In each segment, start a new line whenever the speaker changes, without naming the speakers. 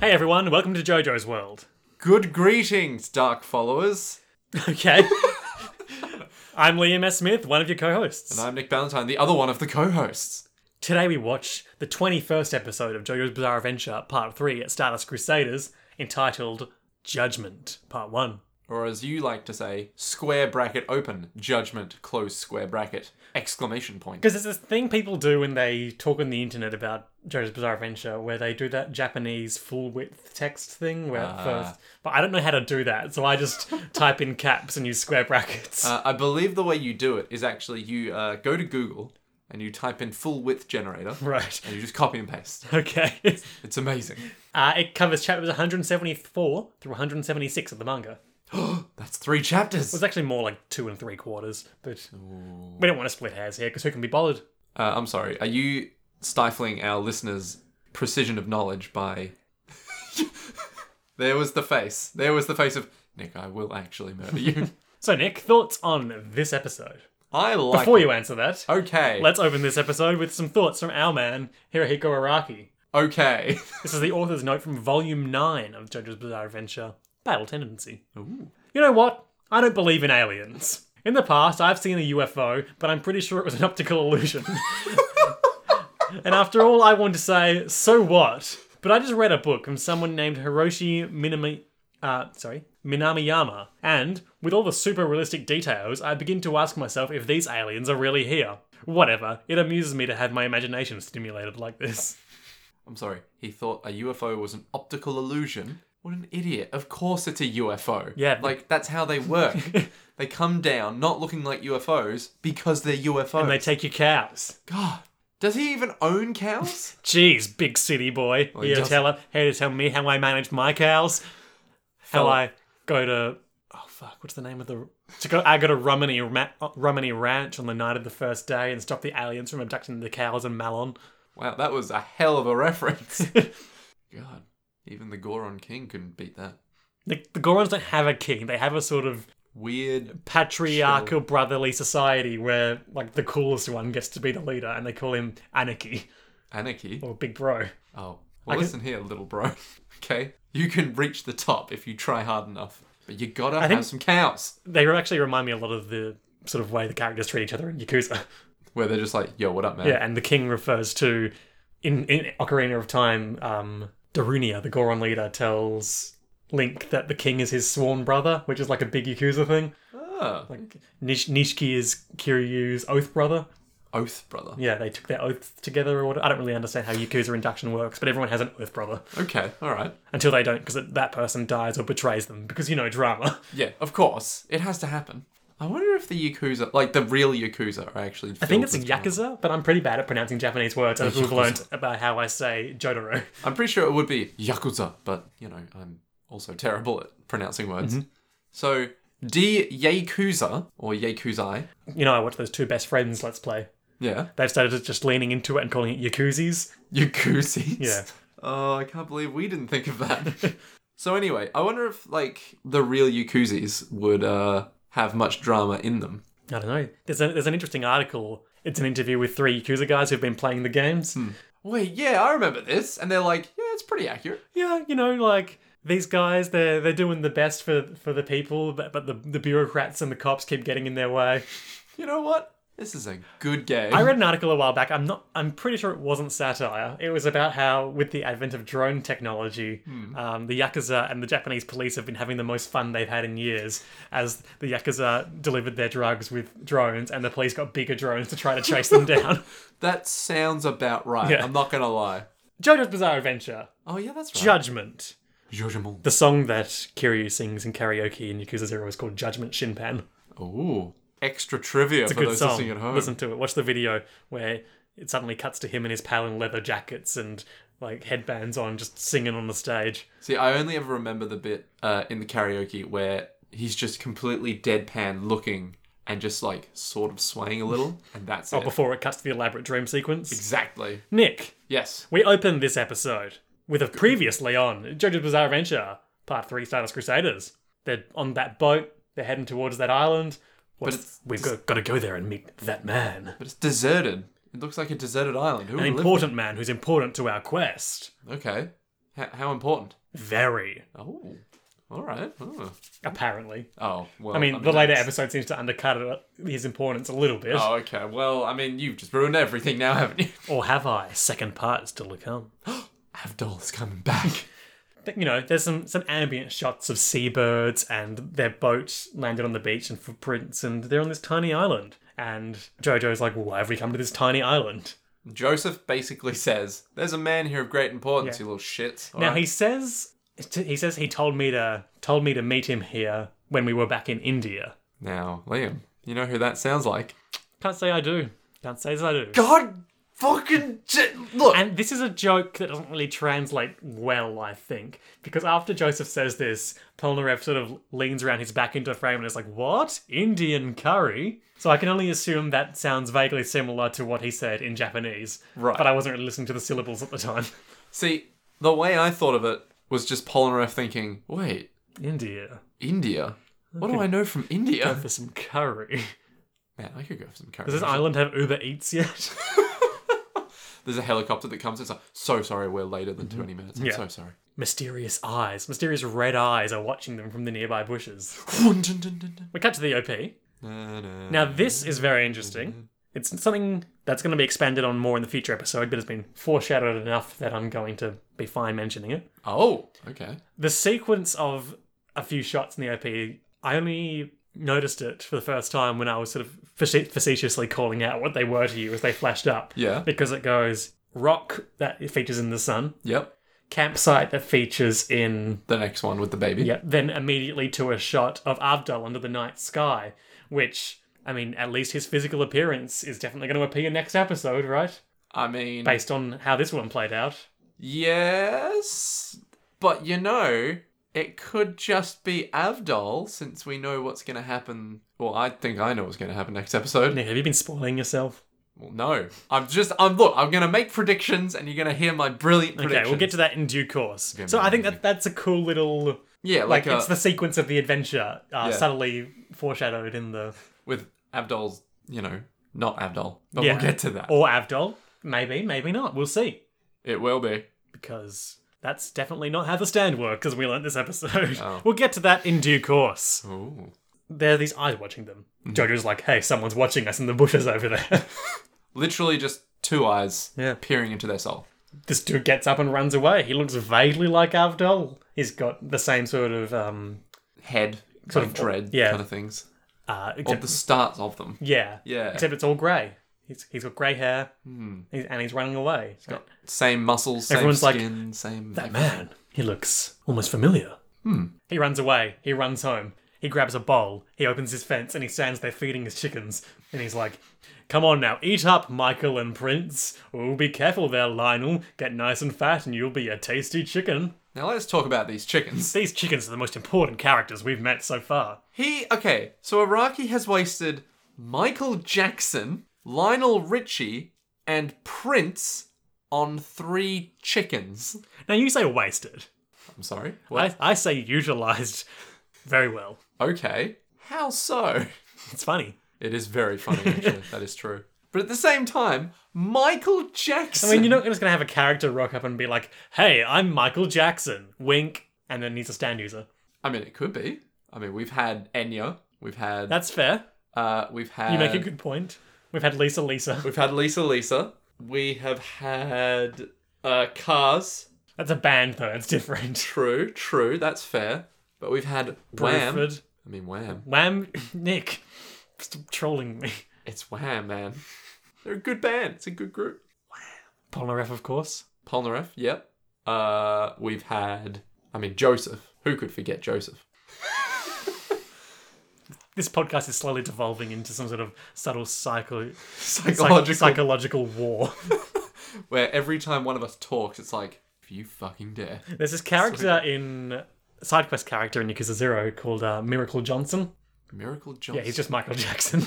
Hey everyone, welcome to JoJo's World.
Good greetings, dark followers.
Okay. I'm Liam S. Smith, one of your co hosts.
And I'm Nick Ballantyne, the other one of the co hosts.
Today we watch the 21st episode of JoJo's Bizarre Adventure Part 3 at Stardust Crusaders entitled Judgment Part 1.
Or as you like to say, square bracket open, judgment, close square bracket, exclamation point.
Because it's this thing people do when they talk on the internet about JoJo's Bizarre Adventure where they do that Japanese full width text thing where at first. But I don't know how to do that, so I just type in caps and use square brackets.
Uh, I believe the way you do it is actually you uh, go to Google and you type in full width generator
right.
and you just copy and paste.
Okay.
It's amazing.
Uh, it covers chapters 174 through 176 of the manga.
That's three chapters.
It's actually more like two and three quarters, but we don't want to split hairs here because who can be bothered?
Uh, I'm sorry, are you stifling our listeners' precision of knowledge by. there was the face. There was the face of, Nick, I will actually murder you.
So, Nick, thoughts on this episode?
I like.
Before you answer that,
Okay.
let's open this episode with some thoughts from our man, Hirohiko Araki.
Okay.
This is the author's note from Volume 9 of JoJo's Bizarre Adventure Battle Tendency. You know what? I don't believe in aliens. In the past, I've seen a UFO, but I'm pretty sure it was an optical illusion. and after all, I want to say, so what? But I just read a book from someone named Hiroshi Minami. Uh, sorry. Minamiyama, and with all the super realistic details, I begin to ask myself if these aliens are really here. Whatever, it amuses me to have my imagination stimulated like this.
I'm sorry. He thought a UFO was an optical illusion. What an idiot. Of course it's a UFO.
Yeah.
Like, that's how they work. they come down not looking like UFOs because they're UFOs.
And they take your cows.
God. Does he even own cows?
Jeez, big city boy.
he
here, to
does-
tell, here to tell me how I manage my cows. How
Fell-
I go to. Oh, fuck. What's the name of the. To go, I go to Rumney, Ra- Rumney Ranch on the night of the first day and stop the aliens from abducting the cows and Malon.
wow, that was a hell of a reference. God. Even the Goron King couldn't beat that.
The, the Gorons don't have a king. They have a sort of
Weird.
patriarchal brotherly society where, like, the coolest one gets to be the leader and they call him Anarchy
Anarchy.
or Big Bro.
Oh. Well, listen here, little bro. okay? You can reach the top if you try hard enough. But you gotta have
think-
some cows.
They actually remind me a lot of the sort of way the characters treat each other in Yakuza.
Where they're just like, yo, what up, man?
Yeah, and the king refers to in in Ocarina of Time, um, Darunia, the Goron leader, tells Link that the king is his sworn brother, which is like a big Yakuza thing.
Ah,
Like Nish- Nishiki is Kiryu's oath brother.
oath brother.
Yeah, they took their oaths together. Or what I don't really understand how Yakuza induction works, but everyone has an oath brother
Okay, all right.
until they don't, because that person dies or betrays them. Because you know drama.
Yeah, of course. It has to happen. I wonder if the Yakuza, like the real Yakuza, are actually.
I think it's Yakuza, but I'm pretty bad at pronouncing Japanese words, as we've learned about how I say Jotaro.
I'm pretty sure it would be Yakuza, but, you know, I'm also terrible at pronouncing words.
Mm-hmm.
So, D Yakuza, or Yakuzai,
You know, I watched those two best friends let's play.
yeah,
They've started just leaning into it and calling it Yakuzis.
Yakuzis.
Yeah.
Oh, I can't believe we didn't think of that. so, anyway, I wonder if, like, the real Yakuzis would uh, have much drama in them.
I don't know. There's, a, there's an interesting article. It's an interview with three Yakuza guys who've been playing the games.
Wait, yeah, I remember this. And they're like, yeah, it's pretty accurate.
Yeah, you know, like these guys, they're they're doing the best for for the people, but, but the the bureaucrats and the cops keep getting in their way.
You know what? This is a good game.
I read an article a while back. I'm not. I'm pretty sure it wasn't satire. It was about how, with the advent of drone technology, um, the yakuza and the Japanese police have been having the most fun they've had in years, as the yakuza delivered their drugs with drones, and the police got bigger drones to try to chase them down.
that sounds about right.
Yeah.
I'm not gonna lie.
JoJo's Bizarre Adventure:
Oh yeah, that's right.
Judgment.
Judgment.
The song that Kiryu sings in karaoke in Yakuza Zero is called Judgment Shinpan.
Ooh, extra trivia for
Good
those
song.
listening at home.
Listen to it. Watch the video where it suddenly cuts to him in his pale in leather jackets and like headbands on, just singing on the stage.
See, I only ever remember the bit uh, in the karaoke where he's just completely deadpan looking and just like sort of swaying a little, and that's it.
before it cuts to the elaborate dream sequence.
Exactly.
Nick,
Yes.
we open this episode with a previously on JoJo's Bizarre Adventure Part Three: Stardust Crusaders. They're on that boat. They're heading towards that island. What's-
it's-
we've got, got to go there and meet that man,
But it's deserted. It looks like a deserted island. Who
an
would live?
important man who's important to our quest.
Okay. H- how important?
Very.
Oh, all right. Oh,
Apparently.
oh well.
I mean, the later
that's-
episode seems to undercut it, his importance a little bit.
Oh, okay. Well, I mean, you've just ruined everything now, haven't you?
Or have I? Second part is still to come.
Avdol's coming back.
But, you know, there's some, some ambient shots of seabirds and their boat landed on the beach and footprints, and they're on this tiny island. And Jojo's like, why have we come to this tiny island?
Joseph basically says, "There's a man here of great importance,
Yeah.
you little shit."
Now he says he says he told me to told me to meet him here when we were back in India.
now, Liam, you know who that sounds like?
Can't say I do. Can't say that I do.
God, fucking j- look.
And this is a joke that doesn't really translate well, I think, because after Joseph says this, Polnareff sort of leans around his back into frame and is like, "What Indian curry?" So I can only assume that sounds vaguely similar to what he said in Japanese,
Right.
But I wasn't really listening to the syllables at the time.
See, the way I thought of it was just Polnareff thinking, "Wait,
India
India? What do I know from India?"
for some curry.
Man, I could go for some curry.
Does this island have Uber Eats yet?
There's a helicopter that comes. It's like, so sorry, we're later than 20 minutes. I'm
Mm-hmm. Yeah.
so sorry.
Mysterious eyes, mysterious red eyes are watching them from the nearby bushes. We cut to the OP. Now, this is very interesting. It's something that's going to be expanded on more in the future episode, but it's been foreshadowed enough that I'm going to be fine mentioning it.
Oh, okay.
The sequence of a few shots in the OP, I only noticed it for the first time when I was sort of face- facetiously calling out what they were to you as they flashed up.
Yeah.
Because it goes rock that features in the sun,
Yep.
campsite that features in
The next one with the baby.
Yeah, then immediately to a shot of Abdul under the night sky, which, I mean, at least his physical appearance is definitely going to appear next episode, right?
I mean,
Based on how this one played out.
yes. But you know, it could just be Avdol since we know what's going to happen. Well, I think I know what's going to happen next episode.
Nick, have you been spoiling yourself?
Well, no. I'm just, I'm, look, I'm going to make predictions and you're going to hear my brilliant predictions.
Okay, we'll get to that in due course.
Okay,
so I think
maybe.
that that's a cool little,
Yeah,
like,
like,
it's
uh,
the sequence of the adventure uh,
Yeah.
subtly foreshadowed in the
with Abdol's, you know, not Abdol. But
Yeah.
we'll get to that.
or Abdul. Maybe, maybe not. We'll see
It will be.
because. That's definitely not how the stand works, as we learnt this episode.
Oh.
We'll get to that in due course.
Ooh.
there are these eyes watching them.
Mm-hmm.
Jojo's like, hey, someone's watching us in the bushes over there.
Literally just two eyes
Yeah.
peering into their soul.
this dude gets up and runs away. He looks vaguely like Avdol. He's got the same sort of, um,
Head,
Sort
sort
of-
of dread
yeah.
kind of things.
uh,
Or
except,
the starts of them.
yeah.
Yeah. Hmm.
Except it's all grey. He's, he's got grey hair he's, and he's running away. He's got,
Same muscles, same
Everyone's like,
skin, same.
that man, he looks almost familiar. He runs away. He runs home. He grabs a bowl. He opens his fence and he stands there feeding his chickens. And he's like, Come on now, eat up, Michael and Prince. Oh, be careful there, Lionel. Get nice and fat and you'll be a tasty chicken.
Now let's talk about these chickens.
These chickens are the most important characters we've met so far.
He, okay, so Iraqi has wasted Michael Jackson, Lionel Richie, and Prince on three chickens.
Now, you say wasted.
I'm sorry. What?
I, I say utilized very well.
Okay. How so?
It's funny.
It is very funny, actually. that is true. But at the same time, Michael Jackson.
I mean, you're not just going to have a character rock up and be like, Hey, I'm Michael Jackson. Wink. And then he's a stand user.
I mean, it could be. I mean, we've had Enya. We've had.
That's fair.
uh, we've had.
You make a good point. We've had Lisa Lisa.
We've had Lisa Lisa. We have had uh, Cars.
That's a band though, it's different.
True, true. That's fair. But we've had Wham.
Bruford.
I mean, Wham.
Wham Nick. Stop trolling me.
It's Wham, man. They're a good band. It's a good group.
Polnareff, of course.
Polnareff, yep. Uh, we've had. I mean, Joseph. Who could forget Joseph?
This podcast is slowly devolving into some sort of subtle psycho
Psychological.
psychological war.
where every time one of us talks, it's like, if you fucking dare.
There's this character in side quest character in Yakuza Zero called uh, Miracle Johnson.
Miracle Johnson.
Yeah, he's just Michael Jackson.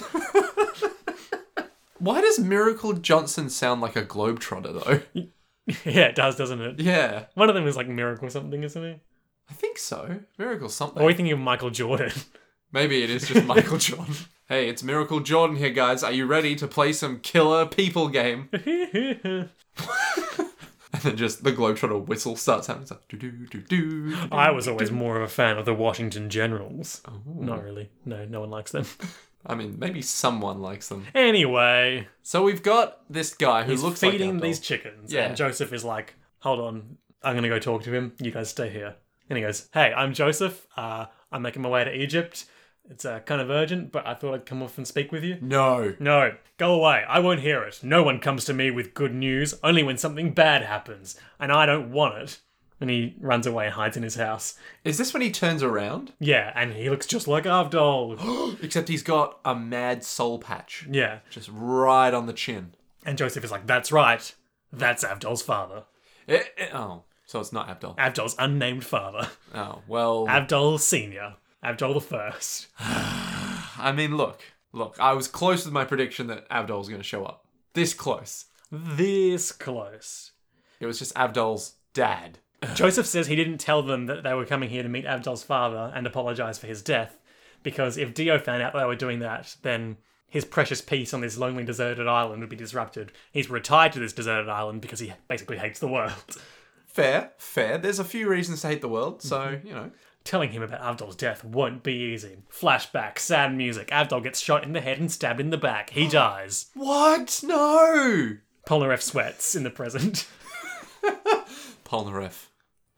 Why does Miracle Johnson sound like a globetrotter, though?
yeah, it does, doesn't it?
yeah,
One of them is like Miracle something, isn't he?
I think so. Miracle something.
Or are we thinking of Michael Jordan?
Maybe it is just Michael Jordan. Hey, it's Miracle Jordan here, guys. Are you ready to play some killer people game? and then just the Globetrotter whistle starts happening. It's like, do do do do. Oh.
I was always more of a fan of the Washington Generals. Not really. No, no one likes them.
I mean, maybe someone likes them.
Anyway,
So we've got this guy who
he's
looks like
feeding
Abdul.
these chickens.
Yeah.
And Joseph is like, hold on, I'm going to go talk to him. You guys stay here. And he goes, hey, I'm Joseph. Uh, I'm making my way to Egypt. It's uh, kind of urgent, but I thought I'd come off and speak with you.
No.
No, go away. I won't hear it. No one comes to me with good news, only when something bad happens, and I don't want it. And he runs away and hides in his house.
Is this when he turns around?
Yeah, and he looks just like Avdol.
Except he's got a mad soul patch.
yeah.
Just right on the chin.
And Joseph is like, that's right. That's Avdol's father.
Eh, eh, oh, so it's not Abdul.
Avdol's unnamed father.
Oh, well.
Avdol Sr. Avdol the First.
I mean, look. Look, I was close with my prediction that Abdul was going to show up. This close.
This close.
It was just Abdul's dad.
Joseph says he didn't tell them that they were coming here to meet Avdol's father and apologize for his death, because if Dio found out they were doing that, then his precious peace on this lonely deserted island would be disrupted. He's retired to this deserted island because he basically hates the world.
Fair, fair. There's a few reasons to hate the world, so,
Mm-hmm.
you know.
Telling him about Avdol's death won't be easy. Flashback, sad music. Avdol gets shot in the head and stabbed in the back. He dies.
What? No!
Polnareff sweats in the present.
Polnareff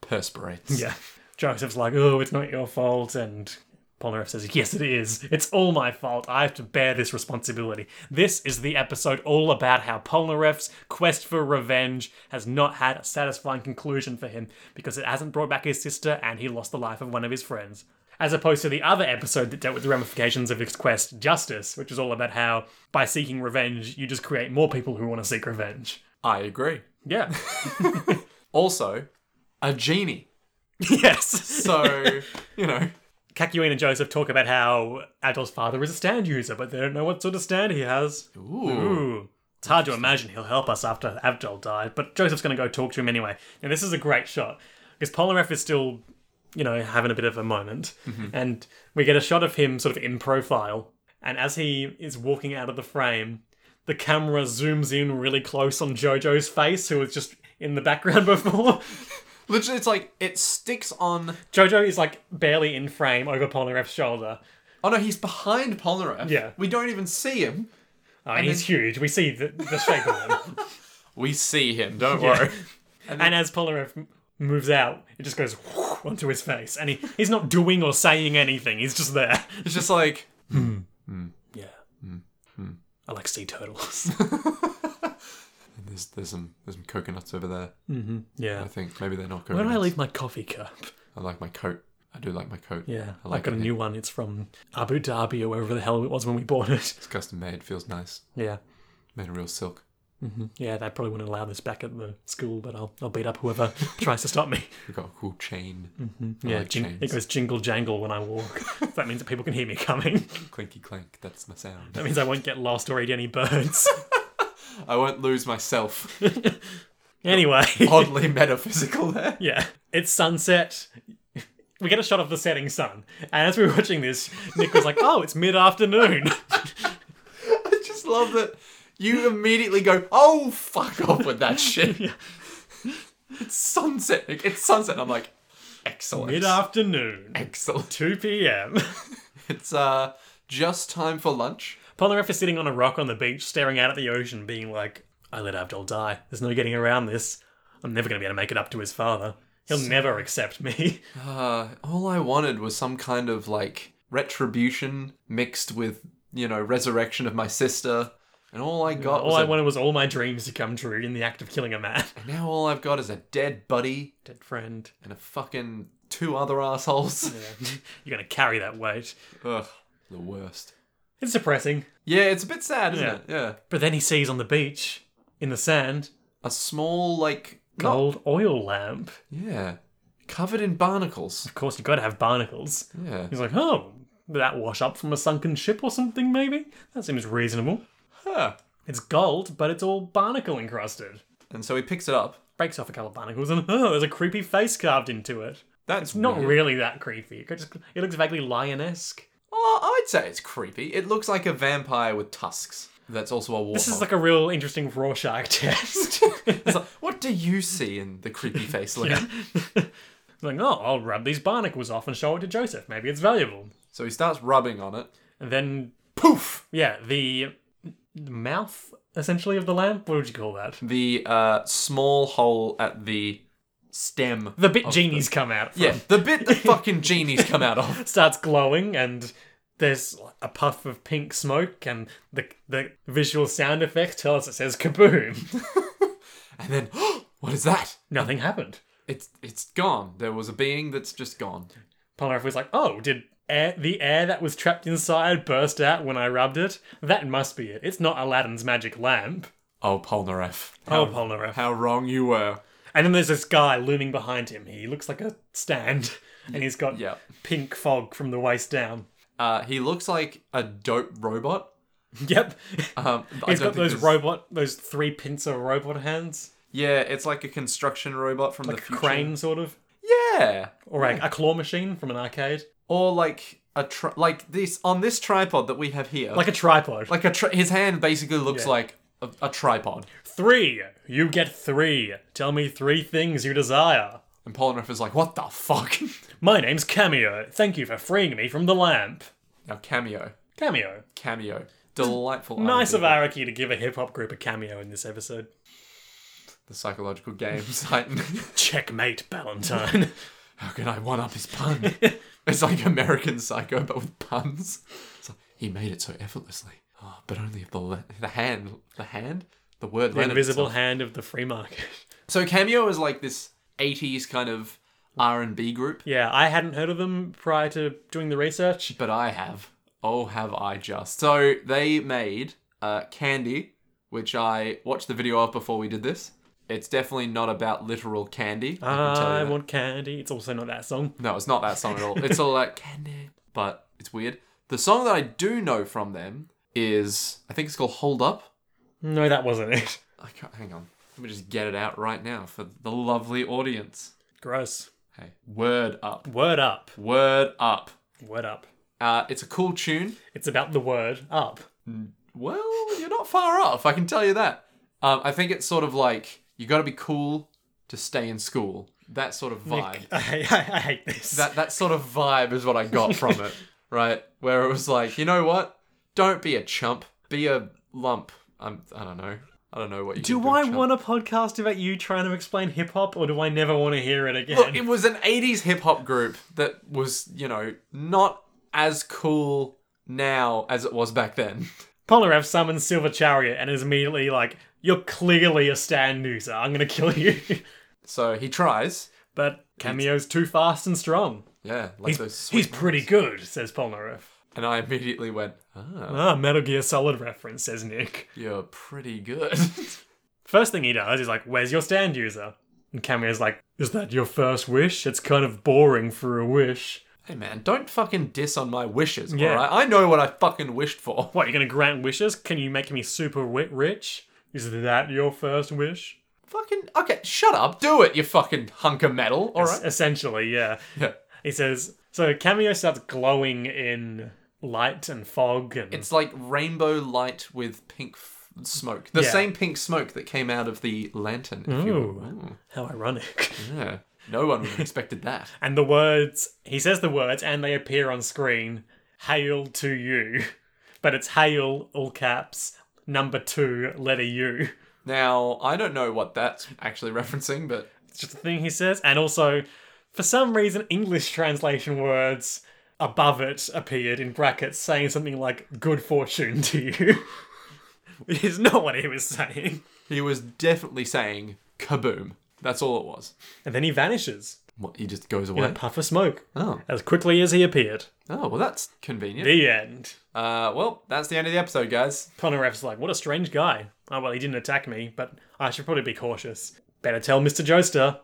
perspirates.
Yeah. Joseph's like, oh, it's not your fault. And Polnareff says, yes, it is. It's all my fault. I have to bear this responsibility. This is the episode all about how Polnareff's quest for revenge has not had a satisfying conclusion for him because it hasn't brought back his sister and he lost the life of one of his friends. As opposed to the other episode that dealt with the ramifications of his quest, Justice, which is all about how by seeking revenge, you just create more people who want to seek revenge.
I agree.
Yeah.
Also, a genie.
yes.
So, you know.
Kakuin and Joseph talk about how Adol's father is a stand user, but they don't know what sort of stand he has.
Ooh.
Ooh. It's hard to imagine he'll help us after Abdul died, but Joseph's going to go talk to him anyway. And this is a great shot because Polnareff is still, you know, having a bit of a moment. And we get a shot of him sort of in profile. And as he is walking out of the frame, the camera zooms in really close on Jojo's face, who was just in the background before.
Literally, it's like it sticks on.
Jojo is like barely in frame over Polnareff's shoulder.
Oh no, he's behind Polnareff.
Yeah.
We don't even see him.
Oh, and he's huge. We see the, the shape of him.
We see him, don't worry.
and as Polarev m- moves out, it just goes onto his face. And he, he's not doing or saying anything. He's just there.
It's just like,
Yeah.
Hmm.
I like sea turtles.
there's, there's some there's some coconuts over there.
yeah.
I think maybe they're not
Where
coconuts.
do I leave my coffee cup?
I like my coat. I do like my coat.
Yeah.
I like
I got
it.
a new one. It's from Abu Dhabi or wherever the hell it was when we bought it.
It's custom made. Feels nice.
Yeah.
Made of real silk.
Yeah, they probably wouldn't allow this back at the school, but I'll, I'll beat up whoever tries to stop me.
We got a cool chain.
Mm-hmm. Yeah,
like
jing- it
chains.
goes jingle jangle when I walk. that means that people can hear me coming.
Clinky clank. That's my sound.
That means I won't get lost or eat any birds.
I won't lose myself.
Anyway,
Oddly metaphysical there.
yeah, it's sunset. We get a shot of the setting sun, and as we were watching this, Nick was like, "Oh, it's mid-afternoon."
I just love that you immediately go, oh, fuck off with that shit. It's sunset. Nick. It's sunset. I'm like, excellent.
mid-afternoon,
Excellent.
two p.m.
It's uh, just time for lunch.
Polnareff is sitting on a rock on the beach, staring out at the ocean, being like, "I let Abdul die. There's no getting around this. I'm never going to be able to make it up to his father. He'll never accept me."
Uh, all I wanted was some kind of like retribution mixed with, you know, resurrection of my sister. And all I got
All
was
I
a-
wanted was all my dreams to come true in the act of killing a man.
now all I've got is a dead buddy
Dead friend,
and a fucking two other assholes.
you're going to carry that weight.
Ugh, the worst.
It's depressing.
Yeah, it's a bit sad, isn't
Yeah.
it? Yeah.
But then he sees on the beach, in the sand,
A small like not-
gold oil lamp.
Yeah. Covered in barnacles.
Of course, you've got to have barnacles.
Yeah.
He's like, oh, did that wash up from a sunken ship or something, maybe? That seems reasonable.
Huh.
It's gold, but it's all barnacle encrusted.
And so he picks it up.
Breaks off a couple of barnacles, and oh, there's a creepy face carved into it.
That's
Not
weird.
really that creepy. It, just, it looks vaguely lion esque.
Oh, Well, I'd say it's creepy. It looks like a vampire with tusks. That's also a warthog.
This is like a real interesting Rorschach test.
It's like, what do you see in the creepy face, Liam?
It's like, oh, I'll rub these barnacles off and show it to Joseph. Maybe it's valuable.
So he starts rubbing on it.
And then,
Poof!
yeah, the the mouth essentially of the lamp. What would you call that?
The uh, small hole at the stem.
The bit genies come out. From.
yeah, the bit that fucking genies come out of.
starts glowing and. There's a puff of pink smoke, and the the visual sound effects tell us it says kaboom.
And then, what is that?
Nothing happened.
It's it's gone. There was a being that's just gone.
Polnareff was like, "Oh, did air, the air that was trapped inside burst out when I rubbed it? That must be it. It's not Aladdin's magic lamp."
Oh, Polnareff.
Oh,
How,
Polnareff.
how wrong you were.
And then there's this guy looming behind him. He looks like a stand, and he's got
Yeah.
pink fog from the waist down.
Uh, he looks like a dope robot.
Yep,
Um, I
he's
don't
got those
think there's-
robot, those three pincer robot hands,
Yeah, it's like a construction robot from
like
the
a
future.
crane sort of,
Yeah.
or like a claw machine from an arcade,
Or like a tri- like this on this tripod that we have here.
like a tripod.
like a tri- his hand basically looks
Yeah.
like a, a tripod.
three, you get three. Tell me three things you desire.
And Polnareff is like, "What the fuck?"
My name's Cameo. Thank you for freeing me from the lamp.
now cameo,
Cameo.
cameo, delightful.
Nice
R&B.
of Araki to give a hip hop group a cameo in this episode.
the psychological games. Titan.
Checkmate, Ballantyne.
How can I one up his pun? it's like American Psycho, but with puns. It's like, he made it so effortlessly. Oh, but only if the le- the hand, the hand, the word
the
lent
invisible
itself.
hand of the free market.
So cameo is like this '80s kind of R and B group,
Yeah, I hadn't heard of them prior to doing the research.
but I have. Oh, have I just? So they made uh, Candy, which I watched the video of before we did this. It's definitely not about literal candy. I can tell you
I
that.
want candy. It's also not that song.
No, it's not that song at all. It's all like candy, but it's weird. The song that I do know from them is I think it's called Hold Up.
No, that wasn't it.
I can't hang on. Let me just get it out right now for the lovely audience.
Gross.
Hey, word up,
Word up.
word up.
Word up.
Uh, it's a cool tune.
It's about the word up.
Well, you're not far off. I can tell you that. Um, I think it's sort of like you got to be cool to stay in school. That sort of vibe.
I, I, I hate this.
that that sort of vibe is what I got from it, right? Where it was like, you know what? Don't be a chump. Be a lump. I'm, I don't know. I don't know what you
do
can a
I
chump.
want a podcast about you trying to explain hip hop, or do I never want to hear it again?
Look, it was an '80s hip hop group that was, you know, not as cool now as it was back then.
Polnareff summons Silver Chariot and is immediately like, You're clearly a stand user. I'm going to kill you.
So he tries.
but Cameo's too fast and strong.
Yeah, like those.
He's
Sweet...
pretty good, says Polnareff.
And I immediately went, ah,
Ah, Metal Gear Solid reference, says Nick.
you're pretty good.
First thing he does is like, Where's your stand user? And Cameo's like, Is that your first wish? It's kind of boring for a wish.
hey man, don't fucking diss on my wishes.
Yeah.
All right, I know what I fucking wished for.
What, you're going to grant wishes? Can you make me super wi- rich? Is that your first wish?
Fucking okay, shut up. Do it, you fucking hunk of metal. All right.
Essentially, yeah.
Yeah.
He says, so Cameo starts glowing in light and fog and
It's like rainbow light with pink f- smoke. The
Yeah.
same pink smoke that came out of the lantern. If you will. Ooh,
how ironic.
yeah. No one would have expected that.
And the words, he says the words and they appear on screen, hail to you. But it's hail, all caps, number two, letter U.
Now, I don't know what that's actually referencing, but
It's just a thing he says. And also, for some reason, English translation words above it appeared in brackets saying something like, good fortune to you. Which is not what he was saying.
he was definitely saying kaboom. That's all it was.
And then he vanishes.
What, he just goes
in a
away.
puff of smoke
Oh.
as quickly as he appeared.
Oh, well, that's convenient.
The end.
Uh, well, that's the end of the episode, guys.
Polnareff's like, what a strange guy. Oh, well, he didn't attack me, but I should probably be cautious. Better tell Mr. Joester.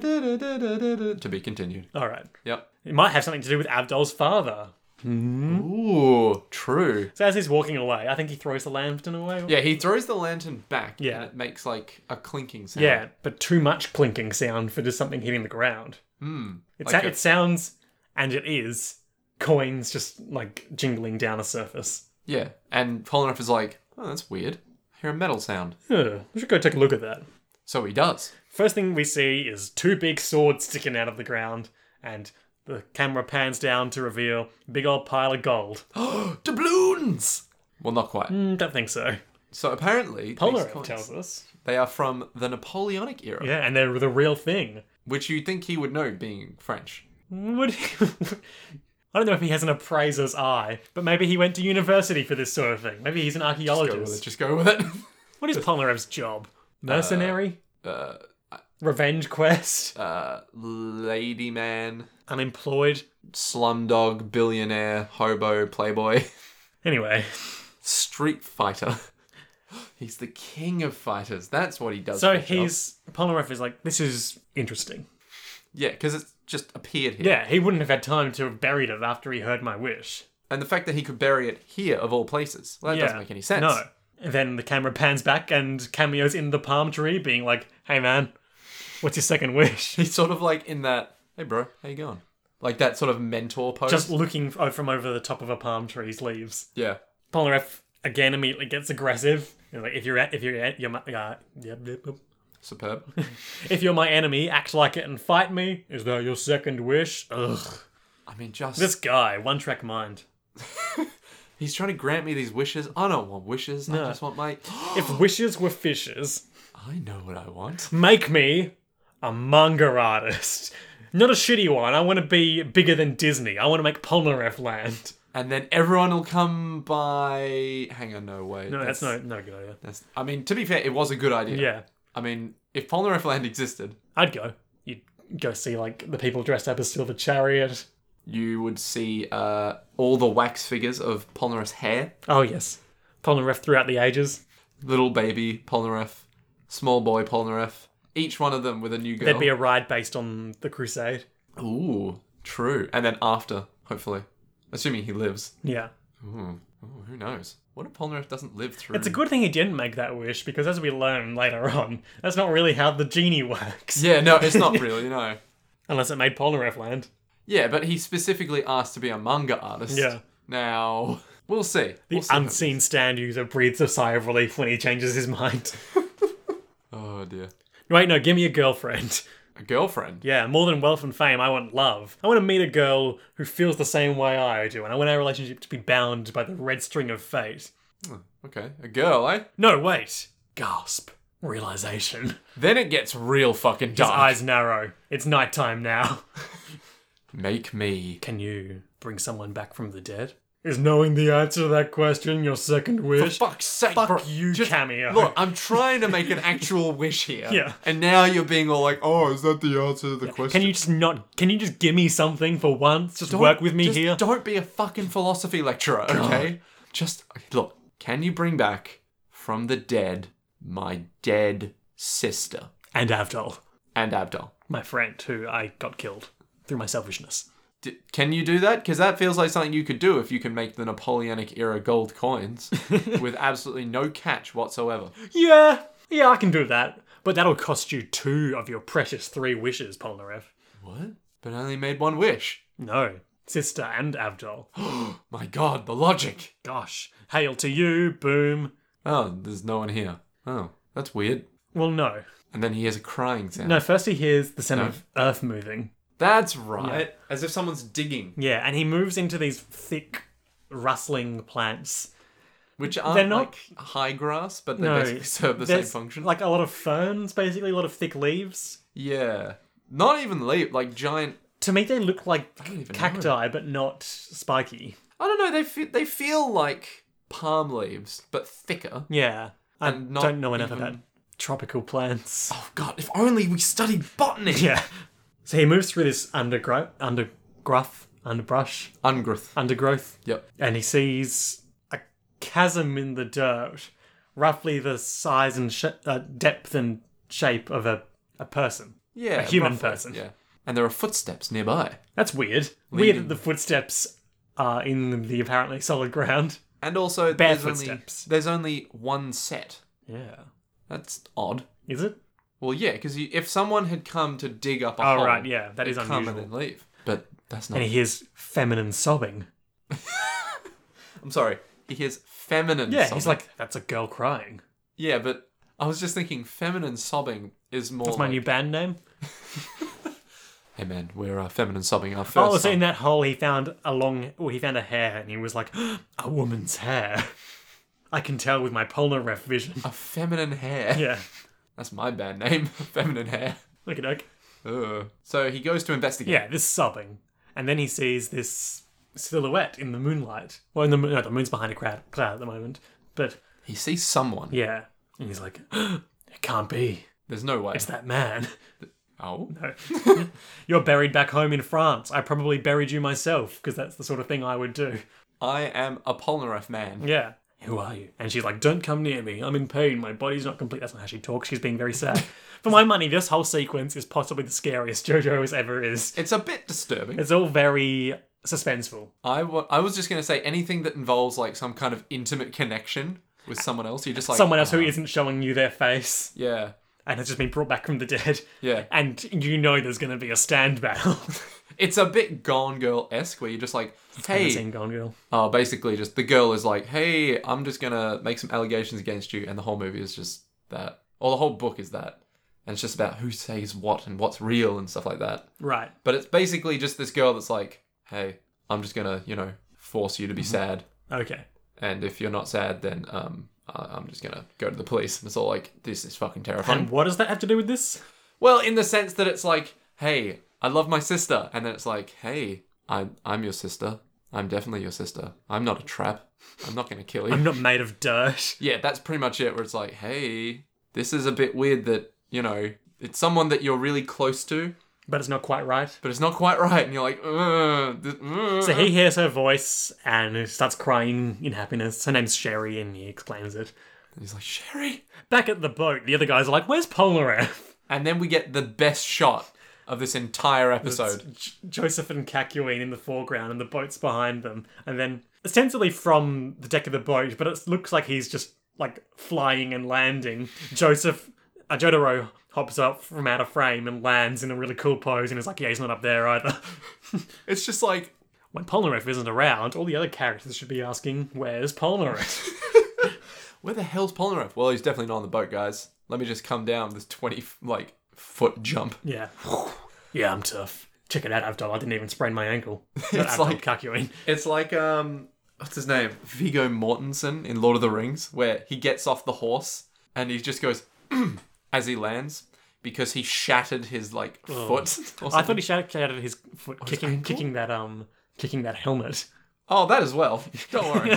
To be continued.
All right.
Yep.
It might have something to do with Abdul's father.
Ooh, true.
So as he's walking away, I think he throws the lantern away.
Yeah, he throws the lantern back
Yeah.
and it makes like a clinking sound.
Yeah, but too much clinking sound for just something hitting the ground. Hmm. It, sa-
like a-
it sounds, and it is, coins just like jingling down a surface.
Yeah. And Polnareff is like, oh, that's weird. I hear a metal sound.
Huh, we should go take a look at that.
So he does.
First thing we see is two big swords sticking out of the ground, and the camera pans down to reveal big old pile of gold.
Doubloons! Well, not quite.
Mm, don't think so.
So apparently, these
Polaroid
coins,
tells us.
they are from the Napoleonic era,
Yeah, and they're the real thing.
which you'd think he would know being French.
Would he... I don't know if he has an appraiser's eye, but maybe he went to university for this sort of thing. Maybe he's an
Go with it,
archaeologist.
just go with it.
What is Polnareff's job? Mercenary?
uh,
Revenge quest?
uh, lady man,
Unemployed?
slumdog, billionaire, hobo, playboy,
Anyway,
street fighter. He's the king of fighters. That's what he does.
so
for a job.
he's Polnareff is like, this is interesting.
yeah, because it's just appeared here,
Yeah, he wouldn't have had time to have buried it after he heard my wish.
and the fact that he could bury it here of all places, well, that
yeah.
doesn't make any sense.
No. And then the camera pans back and cameos in the palm tree, being like, "Hey man, what's your second wish?"
He's sort of like in that, hey bro, how you going? Like that sort of mentor pose.
Just looking f- from over the top of a palm tree's leaves.
yeah.
Polnareff again immediately gets aggressive. He's Like if you're a- if you're a- you're my, uh, yep, yep, yep.
Superb.
if you're my enemy, act like it and fight me. Is that your second wish? Ugh.
I mean, just
This guy, one track mind.
he's trying to grant me these wishes. I don't want wishes. I just want my.
If wishes were fishes,
I know what I want.
make me a manga artist. Not a shitty one. I want to be bigger than Disney. I want to make Polnareff land.
And then everyone will come by. Hang on, no way.
No, that's, no no good idea.
That's, I mean, to be fair, it was a good idea.
Yeah,
I mean, if Polnareff Land existed,
I'd go. You'd go see like the people dressed up as Silver Chariot.
you would see uh, all the wax figures of Polnareff's hair.
Oh yes, Polnareff throughout the ages.
Little baby Polnareff, small boy Polnareff. Each one of them with a new girl.
There'd be a ride based on the Crusade.
Ooh, true. And then after, hopefully. Assuming he lives.
Yeah,
Ooh, Ooh who knows? What if Polnareff doesn't live through?
it's a good thing he didn't make that wish because as we learn later on, that's not really how the genie works.
Yeah, no, it's not really, no.
Unless it made Polnareff land.
Yeah, but he specifically asked to be a manga artist.
Yeah.
Now, we'll see.
The
We'll see.
unseen stand user breathes a sigh of relief when he changes his mind.
oh, dear.
Wait, no, give me a girlfriend.
A girlfriend?
Yeah, more than wealth and fame, I want love. I want to meet a girl who feels the same way I do, and I want our relationship to be bound by the red string of fate.
Okay, a girl, eh?
No, wait. Gasp. Realization.
Then it gets real fucking
His
dark.
eyes narrow. It's nighttime now.
Make me.
Can you bring someone back from the dead? Is knowing the answer to that question your second wish?
Fuck's sake,
Fuck
bro.
you,
Just-
cameo.
Look, I'm trying to make an actual wish here.
Yeah.
And now you're being all like, oh, is that the answer to the question?
Can you just not? Can you just give me something for once? Just
Don't-
work with me
just
here.
Don't be a fucking philosophy lecturer, okay? Just look. Can you bring back from the dead my dead sister
And Avdol,
and Abdul?
my friend, who I got killed through my selfishness.
D- can you do that? Because that feels like something you could do if you can make the Napoleonic era gold coins with absolutely no catch whatsoever.
Yeah, yeah, I can do that. But that'll cost you two of your precious three wishes, Polnareff.
What? But I only made one wish.
No, sister and Avdol.
My God, the logic.
Gosh, hail to you, boom.
Oh, there's no one here. Oh, that's weird.
Well, no,
And then he hears a crying sound.
no. First, he hears the sound of earth moving.
That's right. As if someone's digging.
Yeah, and he moves into these thick, rustling plants.
which aren't
They're not-
like high grass, but they
No,
basically serve the same
There's
function.
Like a lot of ferns, basically a lot of thick leaves.
yeah, not even leaf, like giant.
To me, they look like
don't even know.
cacti, but not spiky.
I don't know. They feel, they feel like palm leaves, but thicker.
Yeah, I
And not
don't know enough
even-
about tropical plants.
Oh God! If only we studied botany.
Yeah. So he moves through this undergrowth, undergrowth, underbrush,
Ungrowth.
undergrowth,
Yep.
and he sees a chasm in the dirt, roughly the size and sh- uh, depth and shape of a, a person.
Yeah. A
human person.
Yeah. And there are footsteps nearby,
That's weird. Weird that the footsteps are in the apparently solid ground.
and also
Bare
there's only
footsteps.
there's only one set.
Yeah.
That's odd.
Is it?
Well, yeah, because if someone had come to dig up a
Oh,
hole,
right, yeah, that is
they'd come
unusual.
and then leave. But that's not.
And he hears feminine sobbing.
I'm sorry. his feminine
Yeah,
sobbing.
he's like, that's a girl crying.
Yeah, but I was just thinking feminine sobbing is more
That's my
like,
new band name.
Hey man, we're uh, feminine sobbing our first
Oh, so
song.
in that hole, he found a long, well, he found a hair, and he was like, a woman's hair. I can tell with my polar ref vision.
a feminine hair.
Yeah.
That's my band name, feminine hair.
Look at that.
Ugh. So he goes to investigate.
Yeah, this sobbing. And then he sees this silhouette in the moonlight. Well, in the, moon- no, the moon's behind a crowd, cloud at the moment. But
He sees someone.
yeah. And he's like, it can't be.
There's no way.
It's that man.
Oh.
You're buried back home in France. I probably buried you myself, because that's the sort of thing I would do.
I am a Polnareff man.
Yeah. Who are you? And she's like, Don't come near me. I'm in pain. My body's not complete. That's not how she talks. She's being very sad. For my money, this whole sequence is possibly the scariest JoJo's ever is.
It's a bit disturbing.
It's all very suspenseful.
I wa- I was just going to say anything that involves like some kind of intimate connection with someone else. You're just like
Someone else
"Oh."
who isn't showing you their face
Yeah.
and has just been brought back from the dead.
Yeah.
And you know there's going to be a stand battle.
It's a bit Gone Girl esque where you're just like,
Haven't
hey,
seen Gone Girl.
Oh, basically, just the girl is like, "Hey, I'm just gonna make some allegations against you," and the whole movie is just that, or the whole book is that, and it's just about who says what and what's real and stuff like that.
Right.
But it's basically just this girl that's like, "Hey, I'm just gonna, you know, force you to be sad,
Okay.
and if you're not sad, then um, I- I'm just gonna go to the police." And it's all like, "This is fucking terrifying."
And what does that have to do with this?
well, in the sense that it's like, "Hey, I love my sister," and then it's like, "Hey, I- I'm your sister." I'm definitely your sister. I'm not a trap. I'm not going to kill you.
I'm not made of dirt.
yeah, that's pretty much it. Where it's like, hey, this is a bit weird that you know it's someone that you're really close to,
But it's not quite right.
but it's not quite right, and you're like, Ugh, th- uh." ugh."
So he hears her voice and starts crying in happiness. Her name's Sherry and he explains it.
And he's like, Sherry.
Back at the boat, the other guys are like, Where's Polnareff?
And then we get the best shot of this entire episode.
J- Joseph and Kakuin in the foreground and the boat's behind them. And then, ostensibly from the deck of the boat, but it looks like he's just like flying and landing. Joseph, uh, Jotaro hops up from out of frame and lands in a really cool pose and is like, Yeah, he's not up there either.
It's just like,
when Polnareff isn't around, all the other characters should be asking, Where's Polnareff?
where the hell's Polnareff? Well, he's definitely not on the boat, guys. Let me just come down this twenty like foot jump.
Yeah. yeah, I'm tough. Check it out, Avdol. I didn't even sprain my ankle.
It's
it's
like-
like Kakuin.
It's like um, what's his name? Vigo Mortensen in Lord of the Rings, where he gets off the horse and he just goes as he lands because he shattered his like foot. or
I
something.
thought he shouted out his foot, kicking,
ankle?
kicking that um, kicking that helmet.
oh, that as well. Don't worry,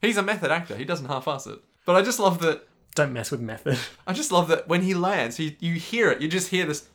he's a method actor. He doesn't half-ass it. But I just love that.
Don't mess with method.
I just love that when he lands, you you hear it. You just hear this.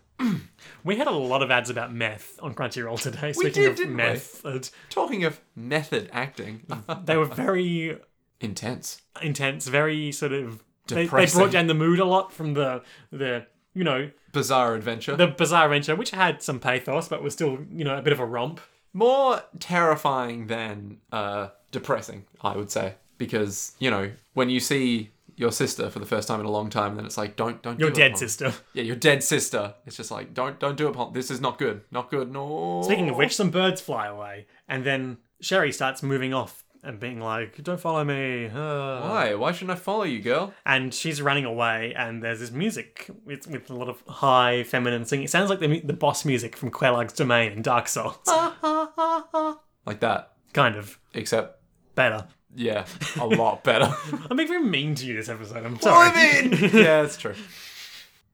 We had a lot of ads about meth on Crunchyroll today. Speaking
did,
of
didn't we?
method,
Talking of method acting,
they were very
intense.
intense, very sort of. They, they
Depressing.
brought down the mood a lot from the the you know
Bizarre adventure.
the bizarre adventure, which had some pathos but was still you know a bit of a romp.
more terrifying than uh, depressing, I would say, because you know when you see your sister for the first time in a long time, then it's like don't don't
Your
do it,
dead
Pom.
sister.
yeah your dead sister. It's just like don't don't do it, Pom. This is not good, not good. No.
Speaking of which, some birds fly away, and then Sherry starts moving off and being like, "Don't follow me." uh."
why why shouldn't I follow you, girl?
And she's running away, and there's this music with, with a lot of high feminine singing. It sounds like the, mu- the boss music from Quelag's Domain in Dark Souls,
Ah. Like that,
kind of
except
better.
yeah, a lot better.
I'm being very mean to you this episode. I'm sorry.
I mean, yeah, that's true.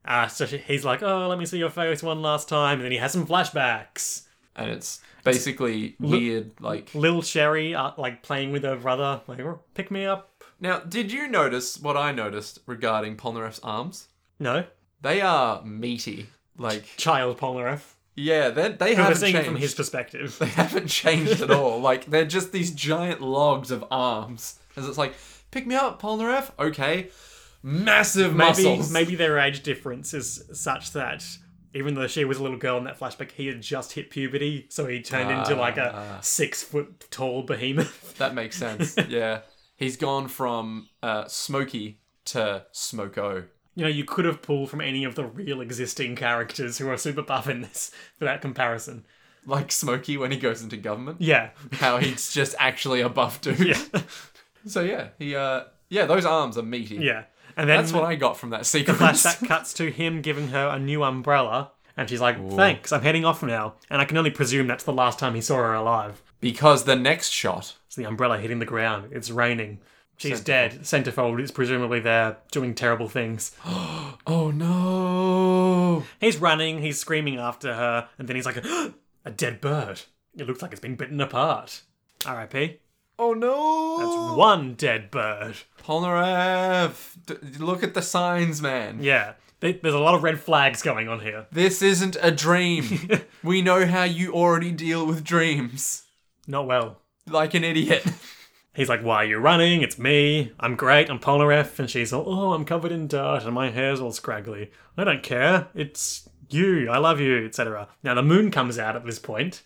Uh, so she, he's like, "Oh, let me see your face one last time," and then he has some flashbacks.
And it's basically weird. Like
Little Sherry, uh, like playing with her brother, like, "Oh, "Pick me up."
now, did you notice what I noticed regarding Polnareff's arms?
No,
They are meaty. Like
child Polnareff.
Yeah, they they
We're
haven't
seeing
changed.
it from his perspective.
They haven't changed at all. Like they're just these giant logs of arms. As it's like, pick me up, Polnareff. Okay, massive
maybe
muscles.
maybe their age difference is such that even though she was a little girl in that flashback, he had just hit puberty, so he turned into like
Ah.
a six foot tall behemoth.
that makes sense. yeah, he's gone from uh, Smoky to Smoko.
you know, you could have pulled from any of the real existing characters who are super buff in this for that comparison.
Like Smokey when he goes into government,
Yeah.
how he's just actually a buff dude.
Yeah.
So yeah, he uh yeah, those arms are meaty.
Yeah. And then
That's what I got from that sequence.
flashback cuts to him giving her a new umbrella. And she's like, thanks, I'm heading off now. And I can only presume that's the last time he saw her alive.
Because the next shot,
It's the umbrella hitting the ground. It's raining. She's dead. Centerfold is presumably there doing terrible things.
oh no.
He's running, he's screaming after her, and then he's like, a dead bird. It looks like it's been bitten apart. RIP.
Oh no.
That's one dead bird.
Polnareff, d- look at the signs, man.
Yeah. There- There's a lot of red flags going on here.
This isn't a dream. we know how you already deal with dreams.
Not well.
Like an idiot.
He's like, Why are you running? It's me. I'm great. I'm Polnareff. And she's all, Oh, I'm covered in dirt and my hair's all scraggly. I don't care. It's you. I love you, etc. Now, the moon comes out at this point,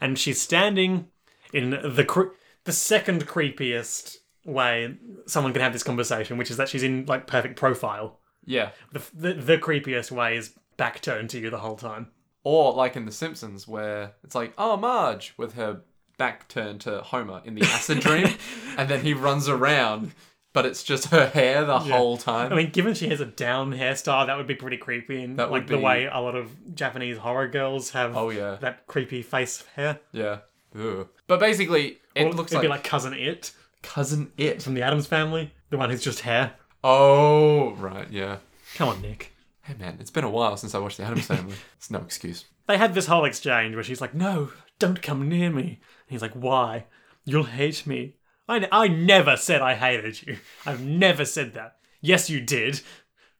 and she's standing in the, cre- the second creepiest way someone can have this conversation, which is that she's in like perfect profile.
yeah.
The, the, the creepiest way is back turned to you the whole time.
Or like in The Simpsons, where it's like, oh, Marge, with her back turned to Homer in the acid dream. And then he runs around, but it's just her hair the whole time.
I mean, given she has a down hairstyle, that would be pretty creepy. And
That
like
would
the
be-
way a lot of Japanese horror girls have.
Oh, yeah.
that creepy face hair.
yeah. Ugh. But basically, it looks
It'd
like,
be like cousin it
Cousin It.
from the Adams Family, the one who's just hair.
Oh, right, yeah.
Come on, Nick.
Hey, man, it's been a while since I watched The Adams Family. it's no excuse.
They had this whole exchange where she's like, "No, don't come near me," and he's like, "Why? You'll hate me." I, I never said I hated you. I've never said that. Yes, you did.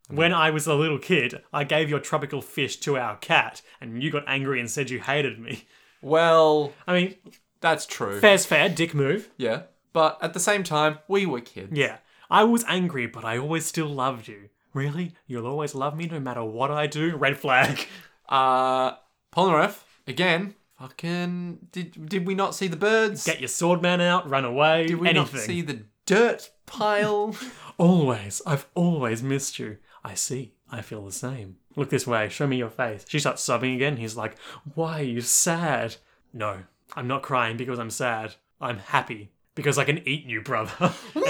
When I was a little kid, I gave your tropical fish to our cat, and you got angry and said you hated me.
Well,
I mean,
that's true.
fair's fair, dick move.
Yeah. But at the same time, we were kids.
Yeah. I was angry, but I always still loved you. Really? You'll always love me no matter what I do? Red flag.
Uh, Polnareff, again, fucking. Did, did we not see the birds?
Get your sword man out, run away,
Did we
anything.
not see the dirt pile?
Always, I've always missed you. I see, I feel the same. Look this way, show me your face. She starts sobbing again. He's like, Why are you sad? No, I'm not crying because I'm sad. I'm happy because I can eat you, brother. and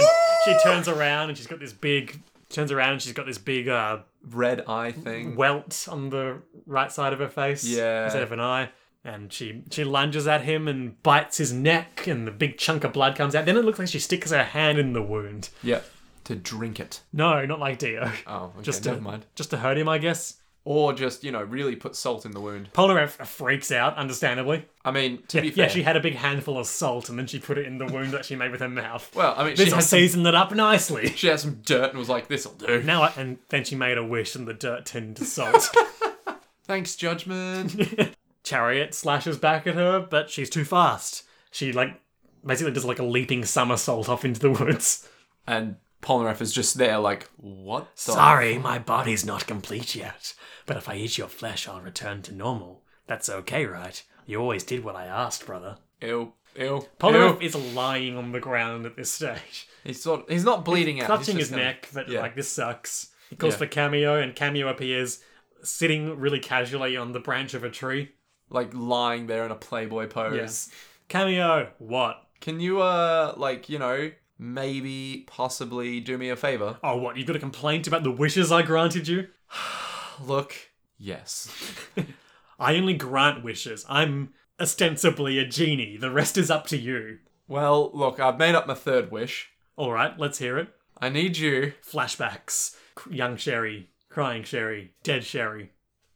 she turns around and she's got this big. Turns around and she's got this big uh,
Red eye thing.
welt on the right side of her face
Yeah.
instead of an eye. And she she lunges at him and bites his neck, and the big chunk of blood comes out. Then it looks like she sticks her hand in the wound.
Yeah. To drink it.
No, not like Dio.
Oh, okay,
Just
just
to-
never mind.
Just to hurt him, I guess.
Or just, you know, really put salt in the wound.
Polnareff freaks out, understandably.
I mean, to be fair.
Yeah, she had a big handful of salt, and then she put it in the wound that she made with her mouth.
well, I mean, she
this will
had, some,
season it up nicely.
she had some dirt and was like, this'll do.
Now, I, and then she made a wish, and the dirt turned to salt.
Thanks, judgment.
chariot slashes back at her, but she's too fast. She like basically does like a leaping somersault off into the woods.
and Polnareff is just there, like, what the?
Sorry, my body's not complete yet. But if I eat your flesh, I'll return to normal. That's okay, right? You always did what I asked, brother.
Ew. Ew.
Polnareff
Ew.
is lying on the ground at this stage,
He's, sort he's not bleeding out. he's
clutching
just
his
kinda-
neck. But
yeah.
like this sucks. He calls
Yeah.
for cameo, and cameo appears sitting really casually on the branch of a tree.
like lying there in a Playboy pose.
Cameo, what?
Can you, uh, like, you know, maybe, possibly do me a favor?
Oh, what? You've got a complaint about the wishes I granted you?
Look, yes.
I only grant wishes. I'm ostensibly a genie. The rest is up to you.
Well, look, I've made up my third wish.
All right, let's hear it.
I need you.
Flashbacks. C- Young Sherry, crying Sherry, dead Sherry.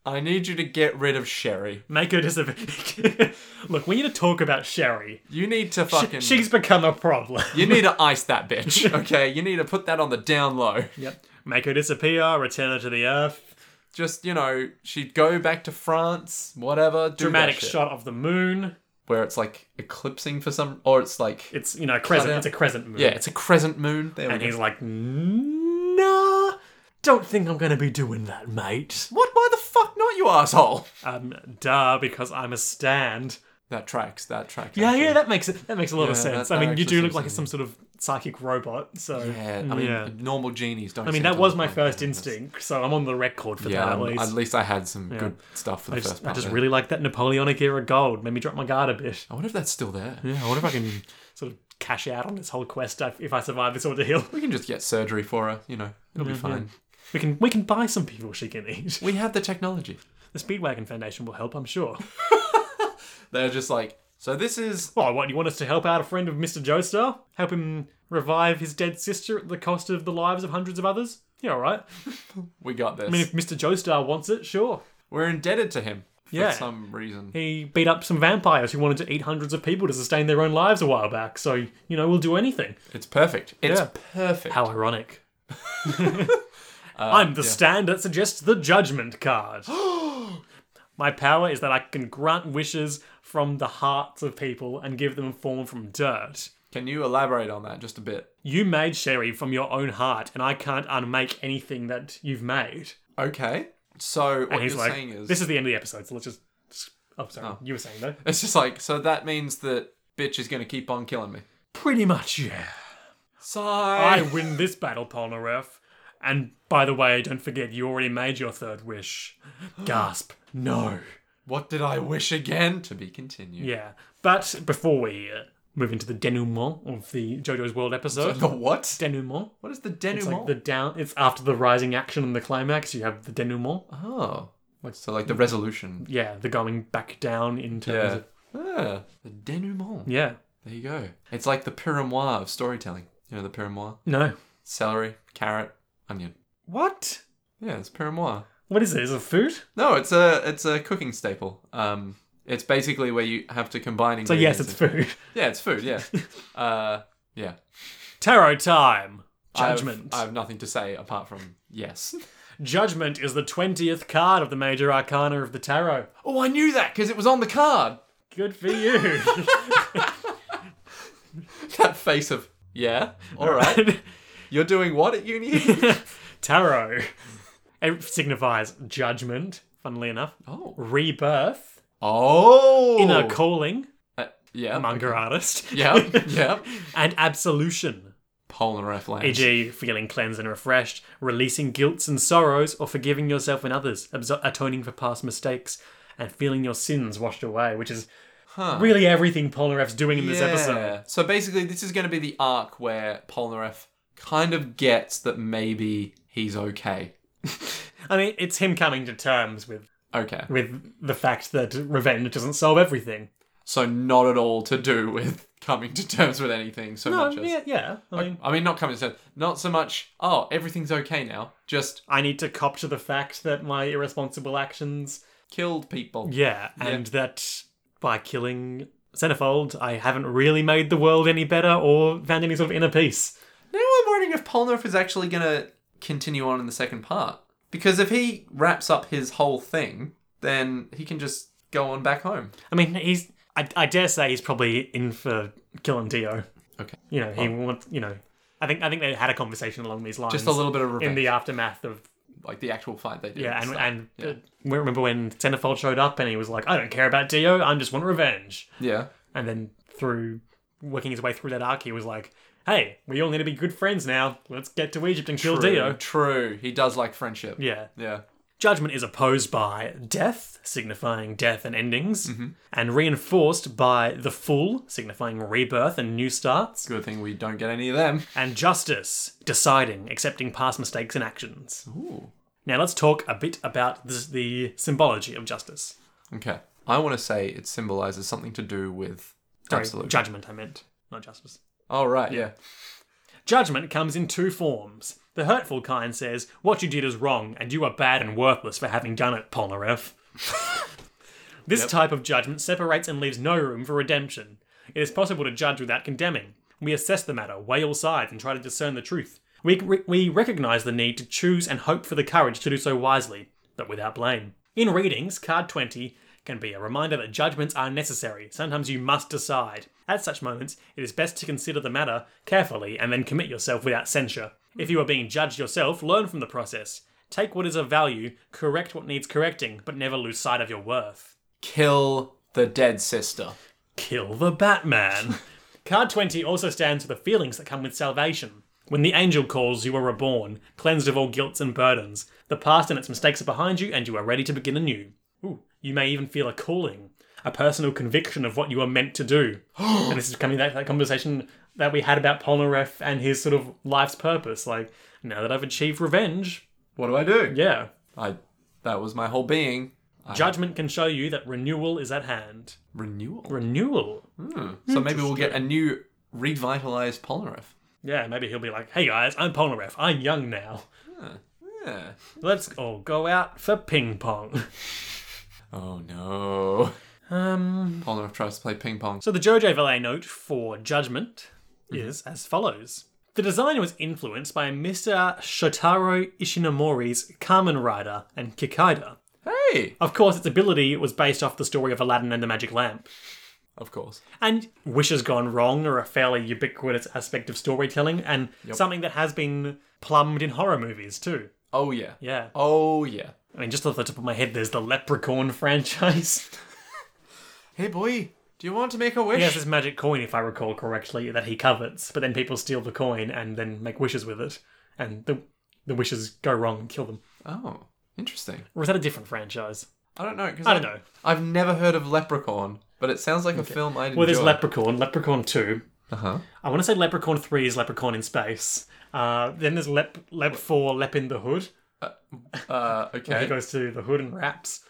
I need you to get rid of Sherry.
Make her disappear. Look, we need to talk about Sherry.
You need to fucking.
She's become a problem.
you need to ice that bitch, okay? You need to put that on the down low.
Yep. Make her disappear, return her to the earth.
Just, you know, she'd go back to France, whatever. Do
Dramatic
that shit.
shot of the moon.
Where it's like eclipsing for some. Or it's like.
It's, you know, a crescent.
Cut out.
It's a crescent moon.
yeah, it's a crescent moon. There
And
we
he's
go.
like, nah, don't think I'm going to be doing that, mate.
What? Why the fuck not, you asshole?
Um, duh, because I'm a stand.
That tracks, that tracks.
Yeah,
actually.
yeah, that makes it. That makes a lot of
Yeah,
sense. I
that- that
mean, you
actually
do look
seems
like
to
some sort of psychic robot. So
Yeah, I mean,
yeah.
normal genies don't.
I mean, that was my first instinct, so I'm on the record for
Yeah,
that at
um,
least.
at least I had some good stuff for the
I just,
first
I
part.
just
there.
really like that Napoleonic era gold. Made me drop my guard a bit.
I wonder Oh, if that's still there.
Yeah, I wonder if I can sort of cash out on this whole quest if if I survive this order hill.
We can just get surgery for her, you know. It'll be fine.
We can we can buy some people she can eat.
We have the technology.
The Speedwagon Foundation will help, I'm sure.
They're just like, so this is
Well, Oh, what, you want us to help out a friend of Mr. Joestar? Help him revive his dead sister at the cost of the lives of hundreds of others? Yeah, alright.
we got this.
I mean, if Mr. Joestar wants it, sure.
We're indebted to him for
Yeah.
some reason.
He beat up some vampires who wanted to eat hundreds of people to sustain their own lives a while back, so, you know, we'll do anything.
It's perfect. It's
Yeah.
perfect.
How ironic. Uh, I'm the stand that suggests the judgment card. My power is that I can grant wishes from the hearts of people and give them form from dirt.
Can you elaborate on that just a bit?
You made sherry from your own heart, and I can't unmake anything that you've made.
Okay. So what
And he's
you're
like,
saying is
this is the end of the episode, so let's just. Oh, sorry. You were saying though.
it's just like so that means that bitch is gonna keep on killing me.
Pretty much, yeah. I
Sigh.
win this battle, Polnareff. And by the way, don't forget you already made your third wish. Gasp. No.
What did I wish again? To be continued.
Yeah. But before we uh, move into the denouement of the JoJo's World episode,
The what?
denouement.
What is the
It's like
denouement?
the down. It's after the rising action and the climax. You have the denouement.
Oh. so like the resolution.
Yeah, the going back down in terms
Yeah.
of
Ah, the denouement.
yeah.
There you go. It's like the pyramoire of storytelling. You know the pyramoire?
No.
Celery, carrot, onion.
What?
Yeah, it's pyramoire.
What is it? Is it food?
No, it's a it's a cooking staple. Um, it's basically where you have to combine.
So yes, it's food.
yeah, it's food. Yeah, uh, yeah.
Tarot time.
I have-
Judgment.
I have, nothing to say apart from yes.
Judgment is the twentieth card of the major arcana of the tarot.
Oh, I knew that because it was on the card.
Good for you.
That face of yeah. All right. You're doing what at uni?
tarot. It signifies judgment. Funnily enough,
oh.
rebirth,
Oh.
inner calling,
Uh, yeah.
manga artist,
Yeah. Yeah.
and absolution.
Polar ref land.
E.g., feeling cleansed and refreshed, releasing guilts and sorrows, or forgiving yourself and others, abso- atoning for past mistakes, and feeling your sins washed away, which is really everything Polnareff's doing in this episode.
So basically, this is going to be the arc where Polnareff kind of gets that maybe he's okay.
I mean, it's him coming to terms with
Okay.
with the fact that revenge doesn't solve everything.
So not at all to do with coming to terms with anything so
No,
much as.
yeah, yeah. I mean,
I mean, not coming to terms. Not so much. Oh, everything's okay now. Just
I need to cop to the fact that my irresponsible actions.
killed people.
Yeah, and that by killing Xenophold, I haven't really made the world any better or found any sort of inner peace.
Now I'm wondering if Polnareff is actually going to continue on in the second part because if he wraps up his whole thing, then he can just go on back home.
I mean, he's. I, I dare say he's probably in for killing Dio.
Okay. Oh.
You know, he wants. You know, I think I think they had a conversation along these lines.
Just a little bit of
in
revenge,
the aftermath of
like the actual fight they did.
yeah, and
stuff.
and uh, remember when Xenophold showed up and he was like, I don't care about Dio, I just want revenge.
yeah.
And then through working his way through that arc, he was like, Hey, we all need to be good friends now. Let's get to Egypt and kill
True,
Dio.
True. He does like friendship.
Yeah.
Yeah.
Judgment is opposed by death, signifying death and endings,
Mm-hmm.
and reinforced by the full, signifying rebirth and new starts,
Good thing we don't get any of them.
and justice, deciding, accepting past mistakes and actions.
Ooh.
Now let's talk a bit about this, the symbology of justice.
Okay. I want to say it symbolizes something to do with
Sorry,
absolute.
judgment, I meant, not justice.
oh, right. Yeah.
Judgment comes in two forms. The hurtful kind says, What you did is wrong, and you are bad and worthless for having done it, Polnareff. this type of judgment separates and leaves no room for redemption. It is possible to judge without condemning. We assess the matter, weigh all sides, and try to discern the truth. We, we recognize the need to choose and hope for the courage to do so wisely, but without blame. In readings, card 20 can be a reminder that judgments are necessary. Sometimes you must decide. At such moments, it is best to consider the matter carefully and then commit yourself without censure. If you are being judged yourself, learn from the process. Take what is of value, correct what needs correcting, but never lose sight of your worth.
Kill the dead sister.
Kill the Batman. Card 20 also stands for the feelings that come with salvation. When the angel calls, you are reborn, cleansed of all guilts and burdens. The past and its mistakes are behind you, and you are ready to begin anew. Ooh, you may even feel a calling. a personal conviction of what you are meant to do. and this is coming back to that conversation that we had about Polnareff and his sort of life's purpose. Like, now that I've achieved revenge,
What do I do?
yeah.
I that was my whole being.
Judgment can show you that renewal is at hand.
Renewal.
Renewal?
Hmm. So maybe we'll get a new revitalized Polnareff.
Yeah, maybe he'll be like, hey guys, I'm Polnareff. I'm young now.
Yeah.
Let's all go out for ping pong.
Oh no.
Um,
Polnareff tries to play ping pong.
So the Jojo Valet note for Judgment is as follows. The design was influenced by Mr. Shotaro Ishinomori's Kamen Rider and Kikaida.
Hey.
Of course, its ability was based off the story of Aladdin and the Magic Lamp.
Of course.
And wishes gone wrong are a fairly ubiquitous aspect of storytelling and something that has been plumbed in horror movies too.
Oh yeah.
Yeah.
Oh yeah.
I mean, just off the top of my head, there's the Leprechaun franchise.
Hey boy, do you want to make a wish?
He has this magic coin, if I recall correctly, that he covets, but then people steal the coin and then make wishes with it, and the the wishes go wrong and kill them.
Oh, interesting.
Or is that a different franchise?
I don't know. Cause
I don't know.
I've never heard of Leprechaun, but it sounds like a film I'd
Well, there's
enjoy.
Leprechaun, Leprechaun Two.
uh huh.
I want to say Leprechaun Three is Leprechaun in Space. Uh, then there's Lep Lep Four, Lep in the Hood.
Uh,
He
okay.
goes to the hood and raps.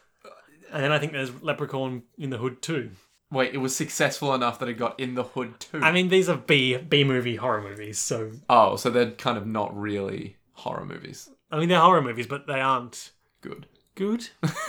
And then I think there's Leprechaun in the Hood Two.
Wait, it was successful enough that it got in the hood too.
I mean, these are B B movie horror movies, so
oh, so they're kind of not really horror movies.
I mean they're horror movies, but they aren't
Good.
good.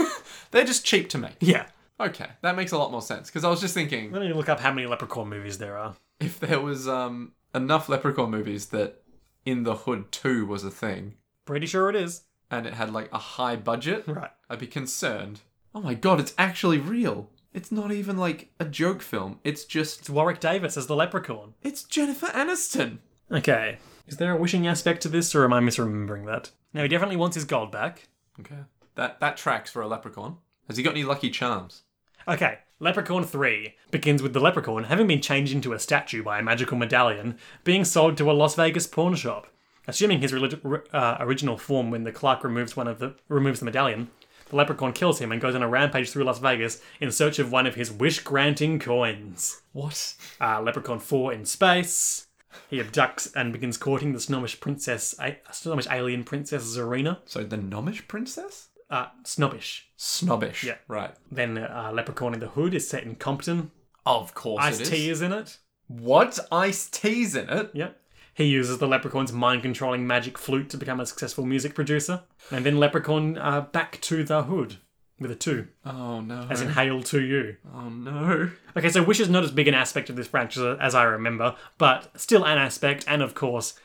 They're just cheap to make.
yeah.
Okay, that makes a lot more sense. Because I was just thinking,
Let me look up how many Leprechaun movies there are.
if there was um enough Leprechaun movies that in the hood two was a thing,
Pretty sure it is.
and it had like a high budget,
Right.
I'd be concerned. Oh my god, it's actually real. It's not even like a joke film. It's just
It's Warwick Davis as the leprechaun.
it's Jennifer Aniston.
Okay. Is there a wishing aspect to this, or am I misremembering that? No, he definitely wants his gold back.
Okay. That that tracks for a leprechaun. Has he got any lucky charms?
Okay. Leprechaun 3 begins with the leprechaun having been changed into a statue by a magical medallion, being sold to a Las Vegas pawn shop. Assuming his relig- r- uh, original form when the clerk removes one of the removes the medallion, the leprechaun kills him and goes on a rampage through Las Vegas in search of one of his wish-granting coins.
What?
uh, Leprechaun 4 in space. He abducts and begins courting the snobbish princess, a- snobbish alien princess Zarina.
So the Nomish princess?
Uh, snobbish.
Snobbish. Yeah. Right.
Then uh, Leprechaun in the Hood is set in Compton.
Of course it
Ice
is.
T is in it.
What? Ice tea's in it?
Yep. He uses the Leprechaun's mind controlling magic flute to become a successful music producer. And then Leprechaun uh, back to the Hood with a 2,
Oh no.
as in Hail to You.
oh no.
Okay, so Wish is not as big an aspect of this franchise as I remember, but still an aspect, and of course,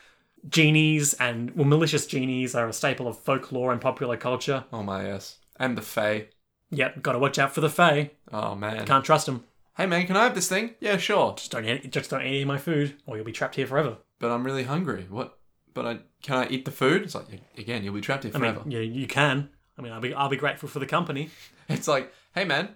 genies and, well, malicious genies are a staple of folklore and popular culture.
Oh my yes. And the Fae.
Yep, gotta watch out for the Fae.
Oh man.
Can't trust them.
Hey man, can I have this thing? Yeah, sure.
Just don't, eat, just don't eat any of my food, or you'll be trapped here forever.
But I'm really hungry. What? But I can I eat the food? It's like again, you'll be trapped here
I mean,
forever.
yeah, you can. I mean, I'll be, I'll be grateful for the company.
It's like, hey man,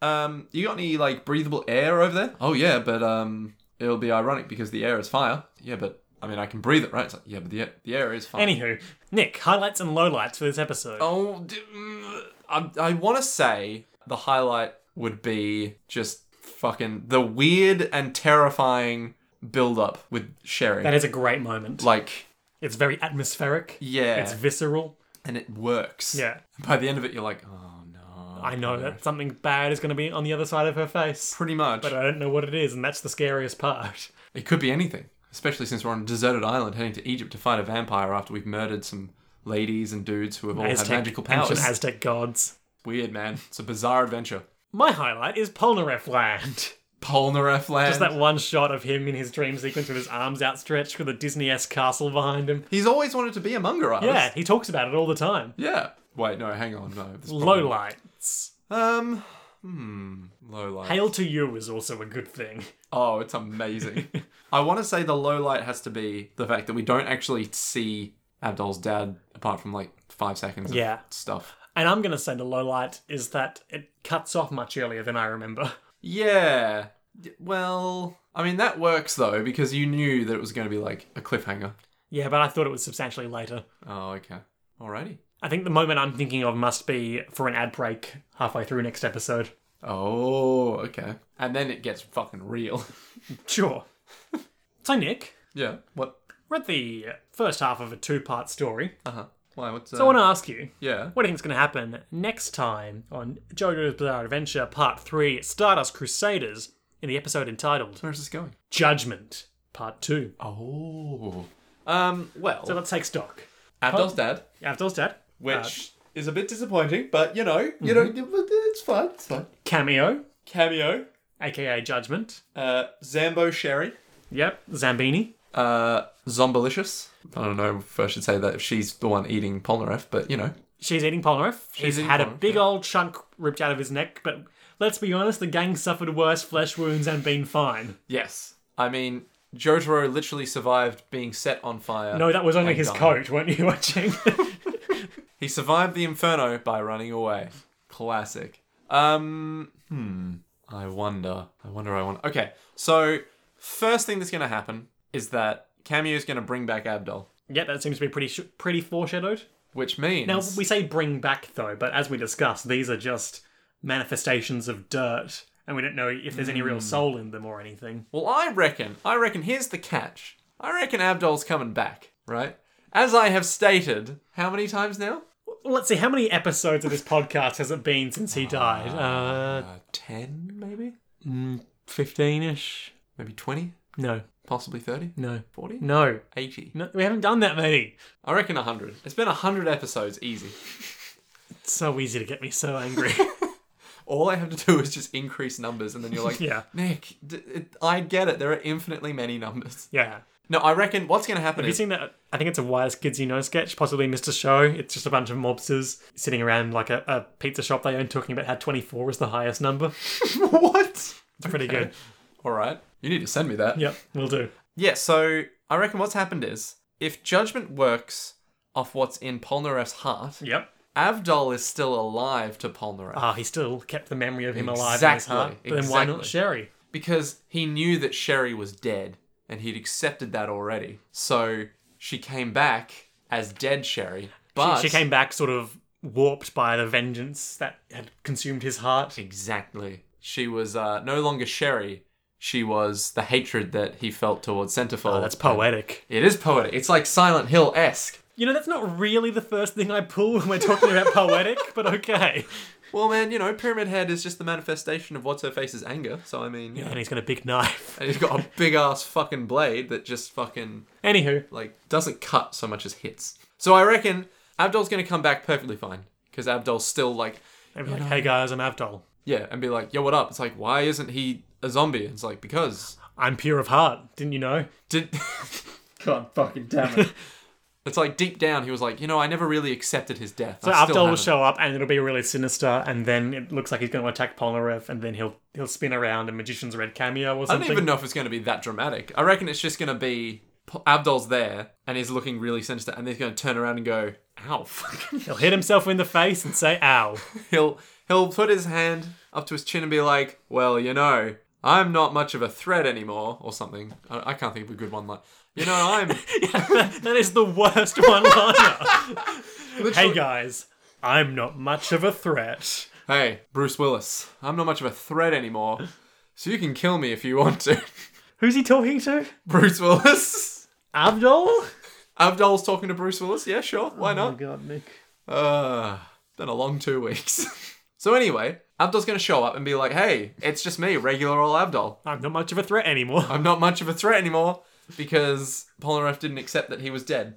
um, you got any like breathable air over there? Oh yeah, but um, it'll be ironic because the air is fire. Yeah, but I mean, I can breathe it, right? It's like, yeah, but the air, the air is fire.
Anywho, Nick, highlights and lowlights for this episode.
oh, d- mm, I, I want to say the highlight would be just fucking the weird and terrifying build up with Sherry.
That is a great moment.
like,
It's very atmospheric.
yeah,
It's visceral.
and it works.
Yeah.
By the end of it, you're like, oh no.
I know that something bad is going to be on the other side of her face.
Pretty much.
but uh, I don't know what it is, and that's the scariest part.
It could be anything, especially since we're on a deserted island heading to Egypt to fight a vampire after we've murdered some ladies and dudes who have all had magical powers.
ancient Aztec gods.
Weird, man. It's a bizarre adventure.
My highlight is Polnareff Land.
Polnareff land.
Just that one shot of him in his dream sequence with his arms outstretched with a Disney-esque castle behind him.
He's always wanted to be a Munger artist.
Yeah, he talks about it all the time.
Yeah. Wait, no, hang on. No. This
Low lights.
Um. Hmm. Low light.
Hail to you is also a good thing.
Oh, it's amazing. I want to say the low light has to be the fact that we don't actually see Abdul's dad apart from like five seconds of
Yeah.
stuff.
And I'm gonna say the low light is that it cuts off much earlier than I remember.
Yeah. D- Well, I mean that works though because you knew that it was going to be like a cliffhanger.
Yeah, but I thought it was substantially later.
Oh, okay. Alrighty.
I think the moment I'm thinking of must be for an ad break halfway through next episode.
Oh, okay. And then it gets fucking real.
Sure. so, Nick,
yeah. What?
we're at the first half of a two part story.
Uh huh. Why? What's? Uh,
So, I want to ask you
yeah.
what do you think's going to happen next time on JoJo's Bizarre Adventure Part 3 Stardust Crusaders in the episode entitled
Where's this going?
Judgment Part 2?
Oh. Um. Well,
So, let's take stock.
Abdul's dad,
After's dad,
which Uh, Mm-hmm. is a bit disappointing, but you know, you know, it's fine. It's fine.
Cameo,
Cameo.
aka Judgment.
Uh, Zambo Sherry.
Yep, Zambini.
Uh, Zombalicious. I don't know if I should say that if she's the one eating Polnareff, but you know.
She's eating Polnareff. She's
eating
had a
Polnareff,
big old chunk ripped out of his neck, but let's be honest, the gang suffered worse flesh wounds and been fine.
Yes. I mean, Jotaro literally survived being set on fire.
No, that was only
And
his
died.
coat, weren't you watching?
He survived the inferno by running away. Classic. Um, hmm. I wonder. I wonder. I wonder. Okay. So, first thing that's going to happen is that Cameo is going to bring back Abdul,
yeah, that seems to be pretty sh- pretty foreshadowed.
which means
Now, we say bring back, though, but as we discussed, these are just manifestations of dirt, and we don't know if there's any real soul in them or anything.
Well, I reckon, I reckon, here's the catch. I reckon Abdul's coming back, right? As I have stated, how many times now?
Well, let's see, how many episodes of this podcast has it been since he died? Uh,
Uh, 10, maybe?
15 ish?
Maybe 20?
No,
Possibly 30?
no,
40?
no.
80?
No, we haven't done that many.
I reckon 100. It's been 100 episodes, easy.
It's so easy to get me so angry.
All I have to do is just increase numbers, and then you're like,
Yeah.
Nick, d- it, I get it. There are infinitely many numbers.
yeah.
No, I reckon what's going to happen
Have you
is.
seen that? I think it's a Wise Kids You Know sketch, possibly Mr. Show. It's just a bunch of mobsters sitting around like a, a pizza shop they own talking about how 24 is the highest number.
what?
It's pretty good.
All right. You need to send me that.
Yep, will do.
Yeah, so I reckon what's happened is if judgment works off what's in Polnareff's heart,
Yep.
Avdol is still alive to Polnareff
Ah, he still kept the memory of him alive in his
Exactly,
heart. But then why
exactly.
not Sherry?
because he knew that Sherry was dead and he'd accepted that already. So she came back as dead Sherry, but
She came back sort of warped by the vengeance that had consumed his heart.
exactly. She was uh, no longer Sherry. She was the hatred that he felt towards Centerfold.
Oh, that's poetic.
it is poetic. It's like Silent Hill esque.
You know, that's not really the first thing I pull when we're talking about poetic, but okay.
Well, man, you know, Pyramid Head is just the manifestation of what's her face's anger. So I mean, you know.
And he's got a big knife.
and he's got a big ass fucking blade that just fucking
Anywho,
like doesn't cut so much as hits. So I reckon Abdul's gonna come back perfectly fine because Abdul's still like
they'd be like, hey guys, I'm Avdol.
yeah, and be like yo, what up? It's like why isn't he a zombie? It's like because
I'm pure of heart, didn't you know?
did
God fucking damn it.
it's like deep down he was like you know I never really accepted his death.
so
I still
Avdol will
haven't."
show up and it'll be really sinister, and then it looks like he's going to attack Polnareff, and then he'll he'll spin around a magician's red cameo or
I
something.
don't even know if it's gonna be that dramatic. I reckon it's just gonna be P- Abdul's there and he's looking really sinister and he's gonna turn around and go ow fucking
He'll hit himself in the face and say, ow.
he'll he'll put his hand up to his chin and be like, "Well, you know, I'm not much of a threat anymore," or something. I, I can't think of a good one. Like, you know, I'm
that is the worst one liner. hey guys, I'm not much of a threat.
hey Bruce Willis. I'm not much of a threat anymore, so you can kill me if you want to,
Who's he talking to?
Bruce Willis.
Abdul?
Abdul's talking to Bruce Willis. Yeah, sure. Why
Oh
not?
god, Nick.
Uh, been a long two weeks. so anyway, Abdul's gonna show up and be like, "Hey, it's just me, regular old Abdul."
I'm not much of a threat anymore.
I'm not much of a threat anymore because Polnareff didn't accept that he was dead.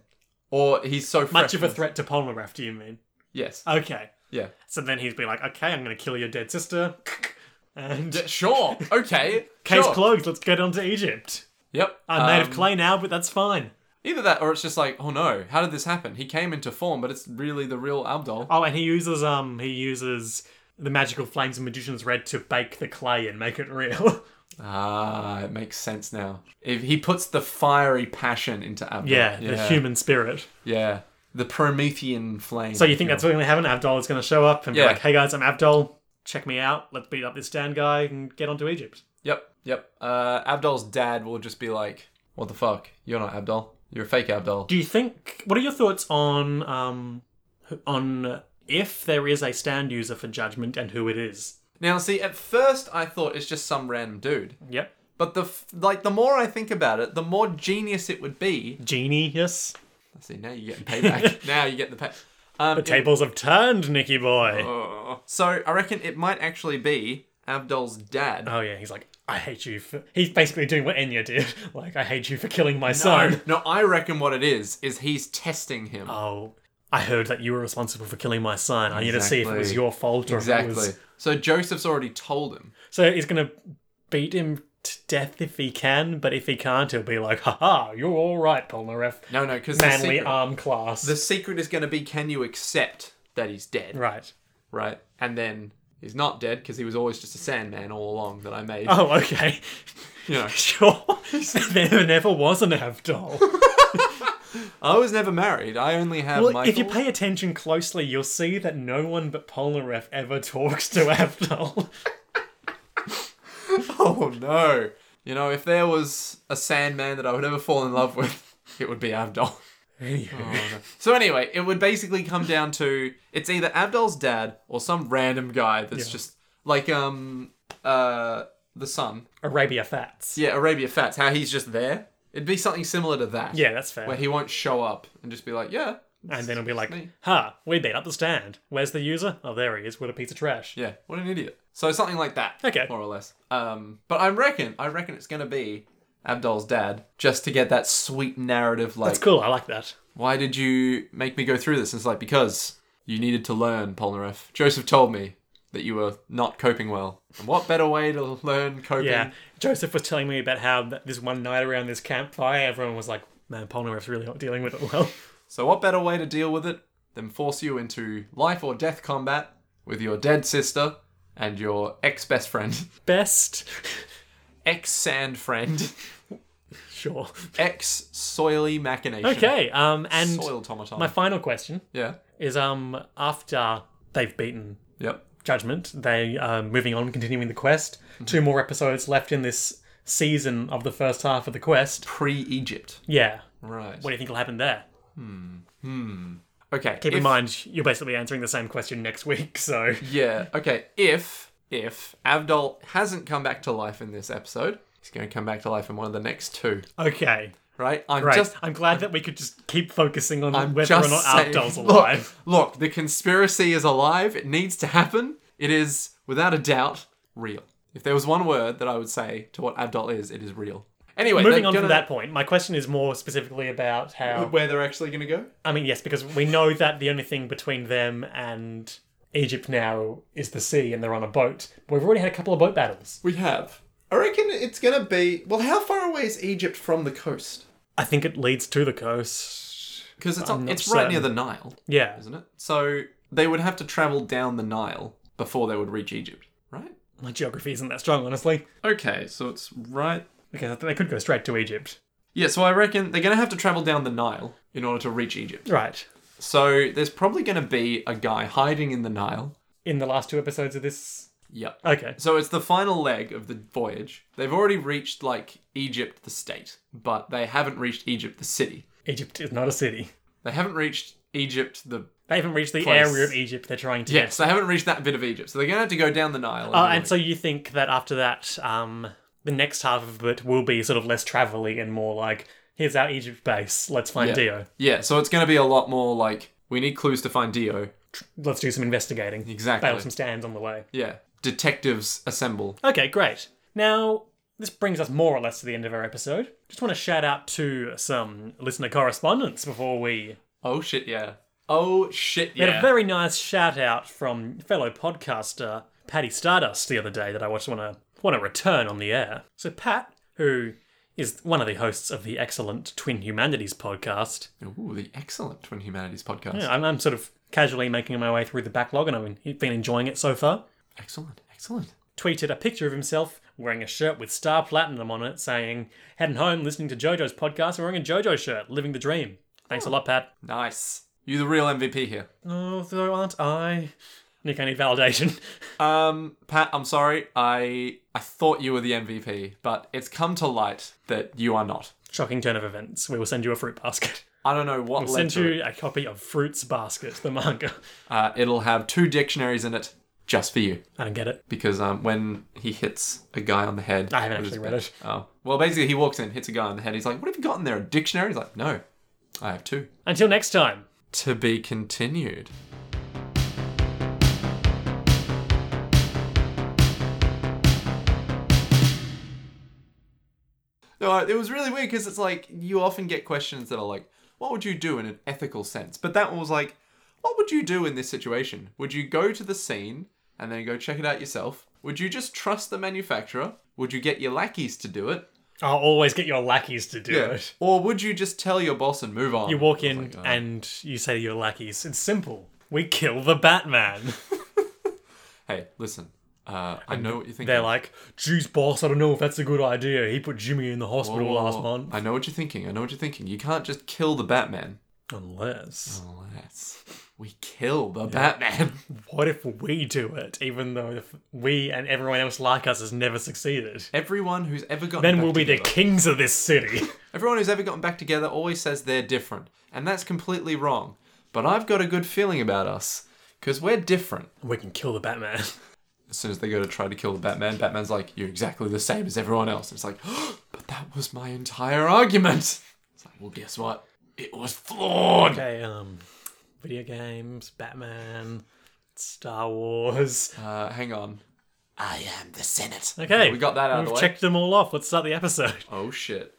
Or he's so fresh.
much of a threat to Polnareff, do you mean?
Yes.
Okay.
Yeah.
So then he's be like, okay, I'm gonna kill your dead sister. And
Sure. Okay.
case
sure.
closed, let's get on to Egypt.
Yep.
I'm made of
Um,
clay now, but that's fine.
Either that or it's just like, oh no, how did this happen? He came into form, but it's really the real Abdul.
Oh, and he uses um he uses the magical flames of magician's red to bake the clay and make it real.
Ah, it makes sense now. If he puts the fiery passion into Abdul.
yeah, the
Yeah.
human spirit.
yeah. The Promethean flame.
So you think that's what's going to happen? Abdol is going to show up and
Yeah.
be like, "Hey guys, I'm Abdol. Check me out. Let's beat up this Dan guy and get onto Egypt."
Yep, yep. Uh, Abdul's dad will just be like, what the fuck? You're not Abdul. You're a fake Abdul.
Do you think? What are your thoughts on um on if there is a stand user for judgment and who it is?
Now, see, at first I thought it's just some random dude,
Yep.
but the f- like the more I think about it, the more genius it would be.
Genie, yes.
See, now you get payback. now you get the pay. Um,
The
it-
tables have turned, Nicky boy.
Oh. so I reckon it might actually be Abdul's dad.
Oh yeah, he's like, I hate you for. He's basically doing what Enya did. Like, I hate you for killing my
no,
son.
no, I reckon what it is is he's testing him.
Oh, I heard that you were responsible for killing my son. I need to see if it was
Exactly.
your fault or if it
exactly.
was.
So Joseph's already told him.
So he's gonna beat him to death if he can, but if he can't, he'll be like, haha, you're all right, Polnareff.
No, no, because the
Manly uh,
secret,
arm class.
the secret is going to be can you accept that he's dead,
Right.
right? And then he's not dead because he was always just a Sandman all along that I made.
Oh, okay.
You know,
Sure. there never was an Avdol.
I was never married. I only have
Well,
Michael.
if you pay attention closely, you'll see that no one but Polnareff ever talks to Avdol.
oh no! You know, if there was a Sandman that I would ever fall in love with, it would be Abdul.
Anywho.
So anyway, it would basically come down to it's either Abdul's dad or some random guy that's just like um uh the son.
Arabia Fats.
Yeah, Arabia Fats, how he's just there. It'd be something similar to that.
Yeah, that's fair.
Where he won't show up and just be like, Yeah.
and then it'll be like,
me.
ha, we beat up the stand. Where's the user? Oh, there he is. What a piece of trash.
Yeah, what an idiot. So something like that.
Okay.
More or less. Um but I reckon I reckon it's gonna be Abdul's dad, just to get that sweet narrative like
That's cool. I like that.
why did you make me go through this? And it's like, because you needed to learn, Polnareff. Joseph told me that you were not coping well. And what better way to learn coping?
Yeah. Joseph was telling me about how th- this one night around this campfire, everyone was like, man, Polnareff's really not dealing with it well.
So what better way to deal with it than force you into life or death combat with your dead sister and your ex-best friend,
Best.
ex-sand friend,
sure.
ex-soily machination.
Okay. Um, and
Soil automaton.
my final question
yeah.
is um, after they've beaten
Yep.
Judgment. They are moving on, continuing the quest.
Mm-hmm.
Two more episodes left in this season of the first half of the quest.
Pre-Egypt.
Yeah.
Right.
What do you think will happen there?
okay.
Keep
if-
in mind, you're basically answering the same question next week, so.
Yeah. Okay. If if Avdol hasn't come back to life in this episode, he's going to come back to life in one of the next two.
Okay.
Right. I'm
Right.
just.
I'm glad that we could just keep focusing on
I'm
whether
just
or not
saying-
Abdul's alive.
Look, look, the conspiracy is alive. It needs to happen. It is without a doubt real. If there was one word that I would say to what Avdol is, it is real. Anyway,
Moving
they're
on
gonna,
from that point, my question is more specifically about how.
where they're actually going to go.
I mean, yes, because we know that the only thing between them and Egypt now is the sea and they're on a boat. We've already had a couple of boat battles.
We have. I reckon it's going to be. Well, how far away is Egypt from the coast?
I think it leads to the coast.
Because it's on,
not
it's right near
certain.
the Nile.
Yeah.
isn't it? So they would have to travel down the Nile before they would reach Egypt, right?
My geography isn't that strong, honestly.
Okay, so it's right.
Okay, they could go straight to Egypt.
Yeah, so I reckon they're going to have to travel down the Nile in order to reach Egypt.
Right.
So there's probably going to be a guy hiding in the Nile.
In the last two episodes of this.
Yep.
Okay.
So it's the final leg of the voyage. They've already reached, like, Egypt, the state, but they haven't reached Egypt, the city.
Egypt is not a city.
They haven't reached Egypt, the.
They haven't reached the
Place.
area of Egypt they're trying to
Yes, they haven't reached that bit of Egypt. So they're going to have to go down the Nile.
get. Uh, and so you think that after that, um, the next half of it will be sort of less travelly and more like, here's our Egypt base, let's find
Yeah.
Dio.
Yeah, so it's going to be a lot more like, we need clues to find Dio.
Let's do some investigating.
Exactly.
Bail some stands on the way.
Yeah. Detectives assemble.
Okay, great. Now, this brings us more or less to the end of our episode. Just want to shout out to some listener correspondence before we
Oh shit, yeah. Oh shit,
We
yeah.
had a very nice shout out from fellow podcaster Patty Stardust the other day that I watched want to want to return on the air. So Pat, who is one of the hosts of the excellent Twin Humanities podcast,
Ooh, the excellent Twin Humanities podcast.
yeah, I'm, I'm sort of casually making my way through the backlog, and I've been enjoying it so far.
Excellent, excellent.
Tweeted a picture of himself wearing a shirt with Star Platinum on it, saying, "Heading home, listening to JoJo's podcast, and wearing a JoJo shirt, living the dream." Thanks a lot, Pat.
Nice. You the real MVP here.
Oh, though aren't I? Nick, I need validation.
Um, Pat, I'm sorry. I I thought you were the MVP, but it's come to light that you are not.
Shocking turn of events. We will send you a fruit basket.
I don't know what led
send
to it.
you a copy of Fruits Basket, the manga.
Uh, it'll have two dictionaries in it just for you.
I don't get it.
Because um, when he hits a guy on the head,
I haven't
with his
actually
bat-
read it.
Oh, well, basically he walks in, hits a guy on the head. He's like, "What have you got in there? A dictionary?" He's like, "No, I have two.
Until next time.
To be continued. No, it was really weird because it's like you often get questions that are like, "What would you do in an ethical sense?" But that one was like, "What would you do in this situation? Would you go to the scene and then go check it out yourself? Would you just trust the manufacturer? Would you get your lackeys to do it?
I'll always get your lackeys to do it.
Or would you just tell your boss and move on?"
You walk
I was
in
like, "Oh."
and you say to your lackeys, it's simple. We kill the Batman.
Hey, listen. Uh, I know what you're thinking.
They're like, geez, boss, I don't know if that's a good idea. He put Jimmy in the
Whoa,
hospital
whoa, whoa.
last month.
I know what you're thinking. I know what you're thinking. You can't just kill the Batman.
Unless.
Oh. Unless we kill the Batman.
What if we do it, even though if we and everyone else like us has never succeeded?
Everyone who's ever gotten
Then
back
we'll be the
together,
kings of this city.
everyone who's ever gotten back together always says they're different, and that's completely wrong. But I've got a good feeling about us because we're different.
we can kill the Batman.
As soon as they go to try to kill the Batman, Batman's like, "You're exactly the same as everyone else." It's like, but that was my entire argument. It's like, well, guess what? It was flawed.
Okay, um, video games, Batman, Star Wars.
Uh, hang on. I am the Senate.
Okay,
we got that out of
We've
the way.
checked them all off. Let's start the episode.
Oh shit.